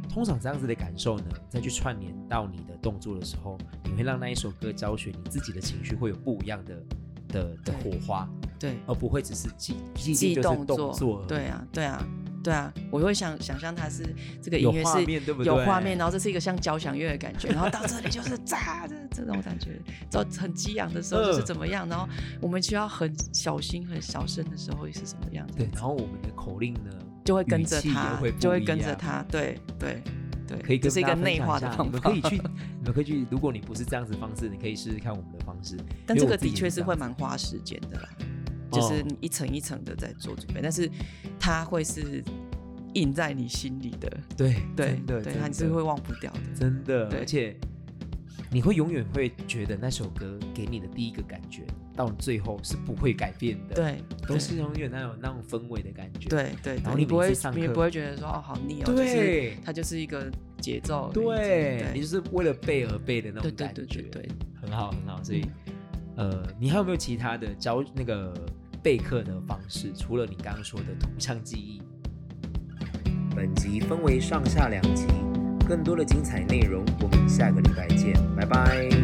[SPEAKER 1] 通常这样子的感受呢，再去串联到你的动作的时候，你会让那一首歌教学你自己的情绪会有不一样的的的
[SPEAKER 2] 对
[SPEAKER 1] 火花，
[SPEAKER 2] 对
[SPEAKER 1] 而不会只是记记忆
[SPEAKER 2] 记
[SPEAKER 1] 就是
[SPEAKER 2] 动
[SPEAKER 1] 动作而已。
[SPEAKER 2] 对啊对啊，对啊，我会想想象它是这个音
[SPEAKER 1] 有
[SPEAKER 2] 乐
[SPEAKER 1] 画
[SPEAKER 2] 是
[SPEAKER 1] 面对不
[SPEAKER 2] 有
[SPEAKER 1] 对
[SPEAKER 2] 画面，然后这是一个像交响乐的感觉，然后到这里就是炸的这种感觉，到很激昂的时候就是
[SPEAKER 1] 嗯
[SPEAKER 2] 怎么样，然后我们需要很小心、很小声的时候又是怎么样，
[SPEAKER 1] 对，然后我们的口令呢，
[SPEAKER 2] 就会跟着
[SPEAKER 1] 语气也
[SPEAKER 2] 它
[SPEAKER 1] 会，不
[SPEAKER 2] 就会
[SPEAKER 1] 一
[SPEAKER 2] 跟着
[SPEAKER 1] 样
[SPEAKER 2] 它，对对对，
[SPEAKER 1] 可以
[SPEAKER 2] 这
[SPEAKER 1] 跟
[SPEAKER 2] 是一
[SPEAKER 1] 大
[SPEAKER 2] 个
[SPEAKER 1] 家分
[SPEAKER 2] 内
[SPEAKER 1] 享
[SPEAKER 2] 化
[SPEAKER 1] 一
[SPEAKER 2] 的
[SPEAKER 1] 下
[SPEAKER 2] 方
[SPEAKER 1] 你们
[SPEAKER 2] 法
[SPEAKER 1] 可以，去， 你们可以去。如果你不是这样子方式，你可以试试看我们的方式。
[SPEAKER 2] 但
[SPEAKER 1] 因为
[SPEAKER 2] 这
[SPEAKER 1] 我
[SPEAKER 2] 个
[SPEAKER 1] 自己
[SPEAKER 2] 的确
[SPEAKER 1] 也是
[SPEAKER 2] 是
[SPEAKER 1] 这
[SPEAKER 2] 会
[SPEAKER 1] 样
[SPEAKER 2] 蛮花时间的啦，就是
[SPEAKER 1] 哦
[SPEAKER 2] 你一层一层的在做准备，但是它会是印在你心里的，
[SPEAKER 1] 对
[SPEAKER 2] 对
[SPEAKER 1] 真的，
[SPEAKER 2] 对，
[SPEAKER 1] 真
[SPEAKER 2] 它你是
[SPEAKER 1] 的
[SPEAKER 2] 会忘不掉的，
[SPEAKER 1] 真的，
[SPEAKER 2] 对
[SPEAKER 1] 而且你会永远会觉得那首歌给你的第一个感觉，到你最后是不会改变的。，
[SPEAKER 2] 对，
[SPEAKER 1] 都
[SPEAKER 2] 对
[SPEAKER 1] 是永远那种那种氛围的感觉。
[SPEAKER 2] 对对
[SPEAKER 1] 然后
[SPEAKER 2] 对，
[SPEAKER 1] 你
[SPEAKER 2] 你不
[SPEAKER 1] 每
[SPEAKER 2] 会
[SPEAKER 1] 次上
[SPEAKER 2] 你
[SPEAKER 1] 课
[SPEAKER 2] 不会觉得说哦好腻哦，就是
[SPEAKER 1] 对
[SPEAKER 2] 它就是一个节奏而已，
[SPEAKER 1] 对，你
[SPEAKER 2] 对
[SPEAKER 1] 就是为了背而背的那
[SPEAKER 2] 对
[SPEAKER 1] 种
[SPEAKER 2] 对
[SPEAKER 1] 感
[SPEAKER 2] 对
[SPEAKER 1] 觉，
[SPEAKER 2] 对对，嗯
[SPEAKER 1] 很好很好。所以，呃，你还有没有其他的教那个备课的方式？除了你刚刚说的图像记忆。本集分为上下两集，更多的精彩内容我们下个礼拜见，拜拜。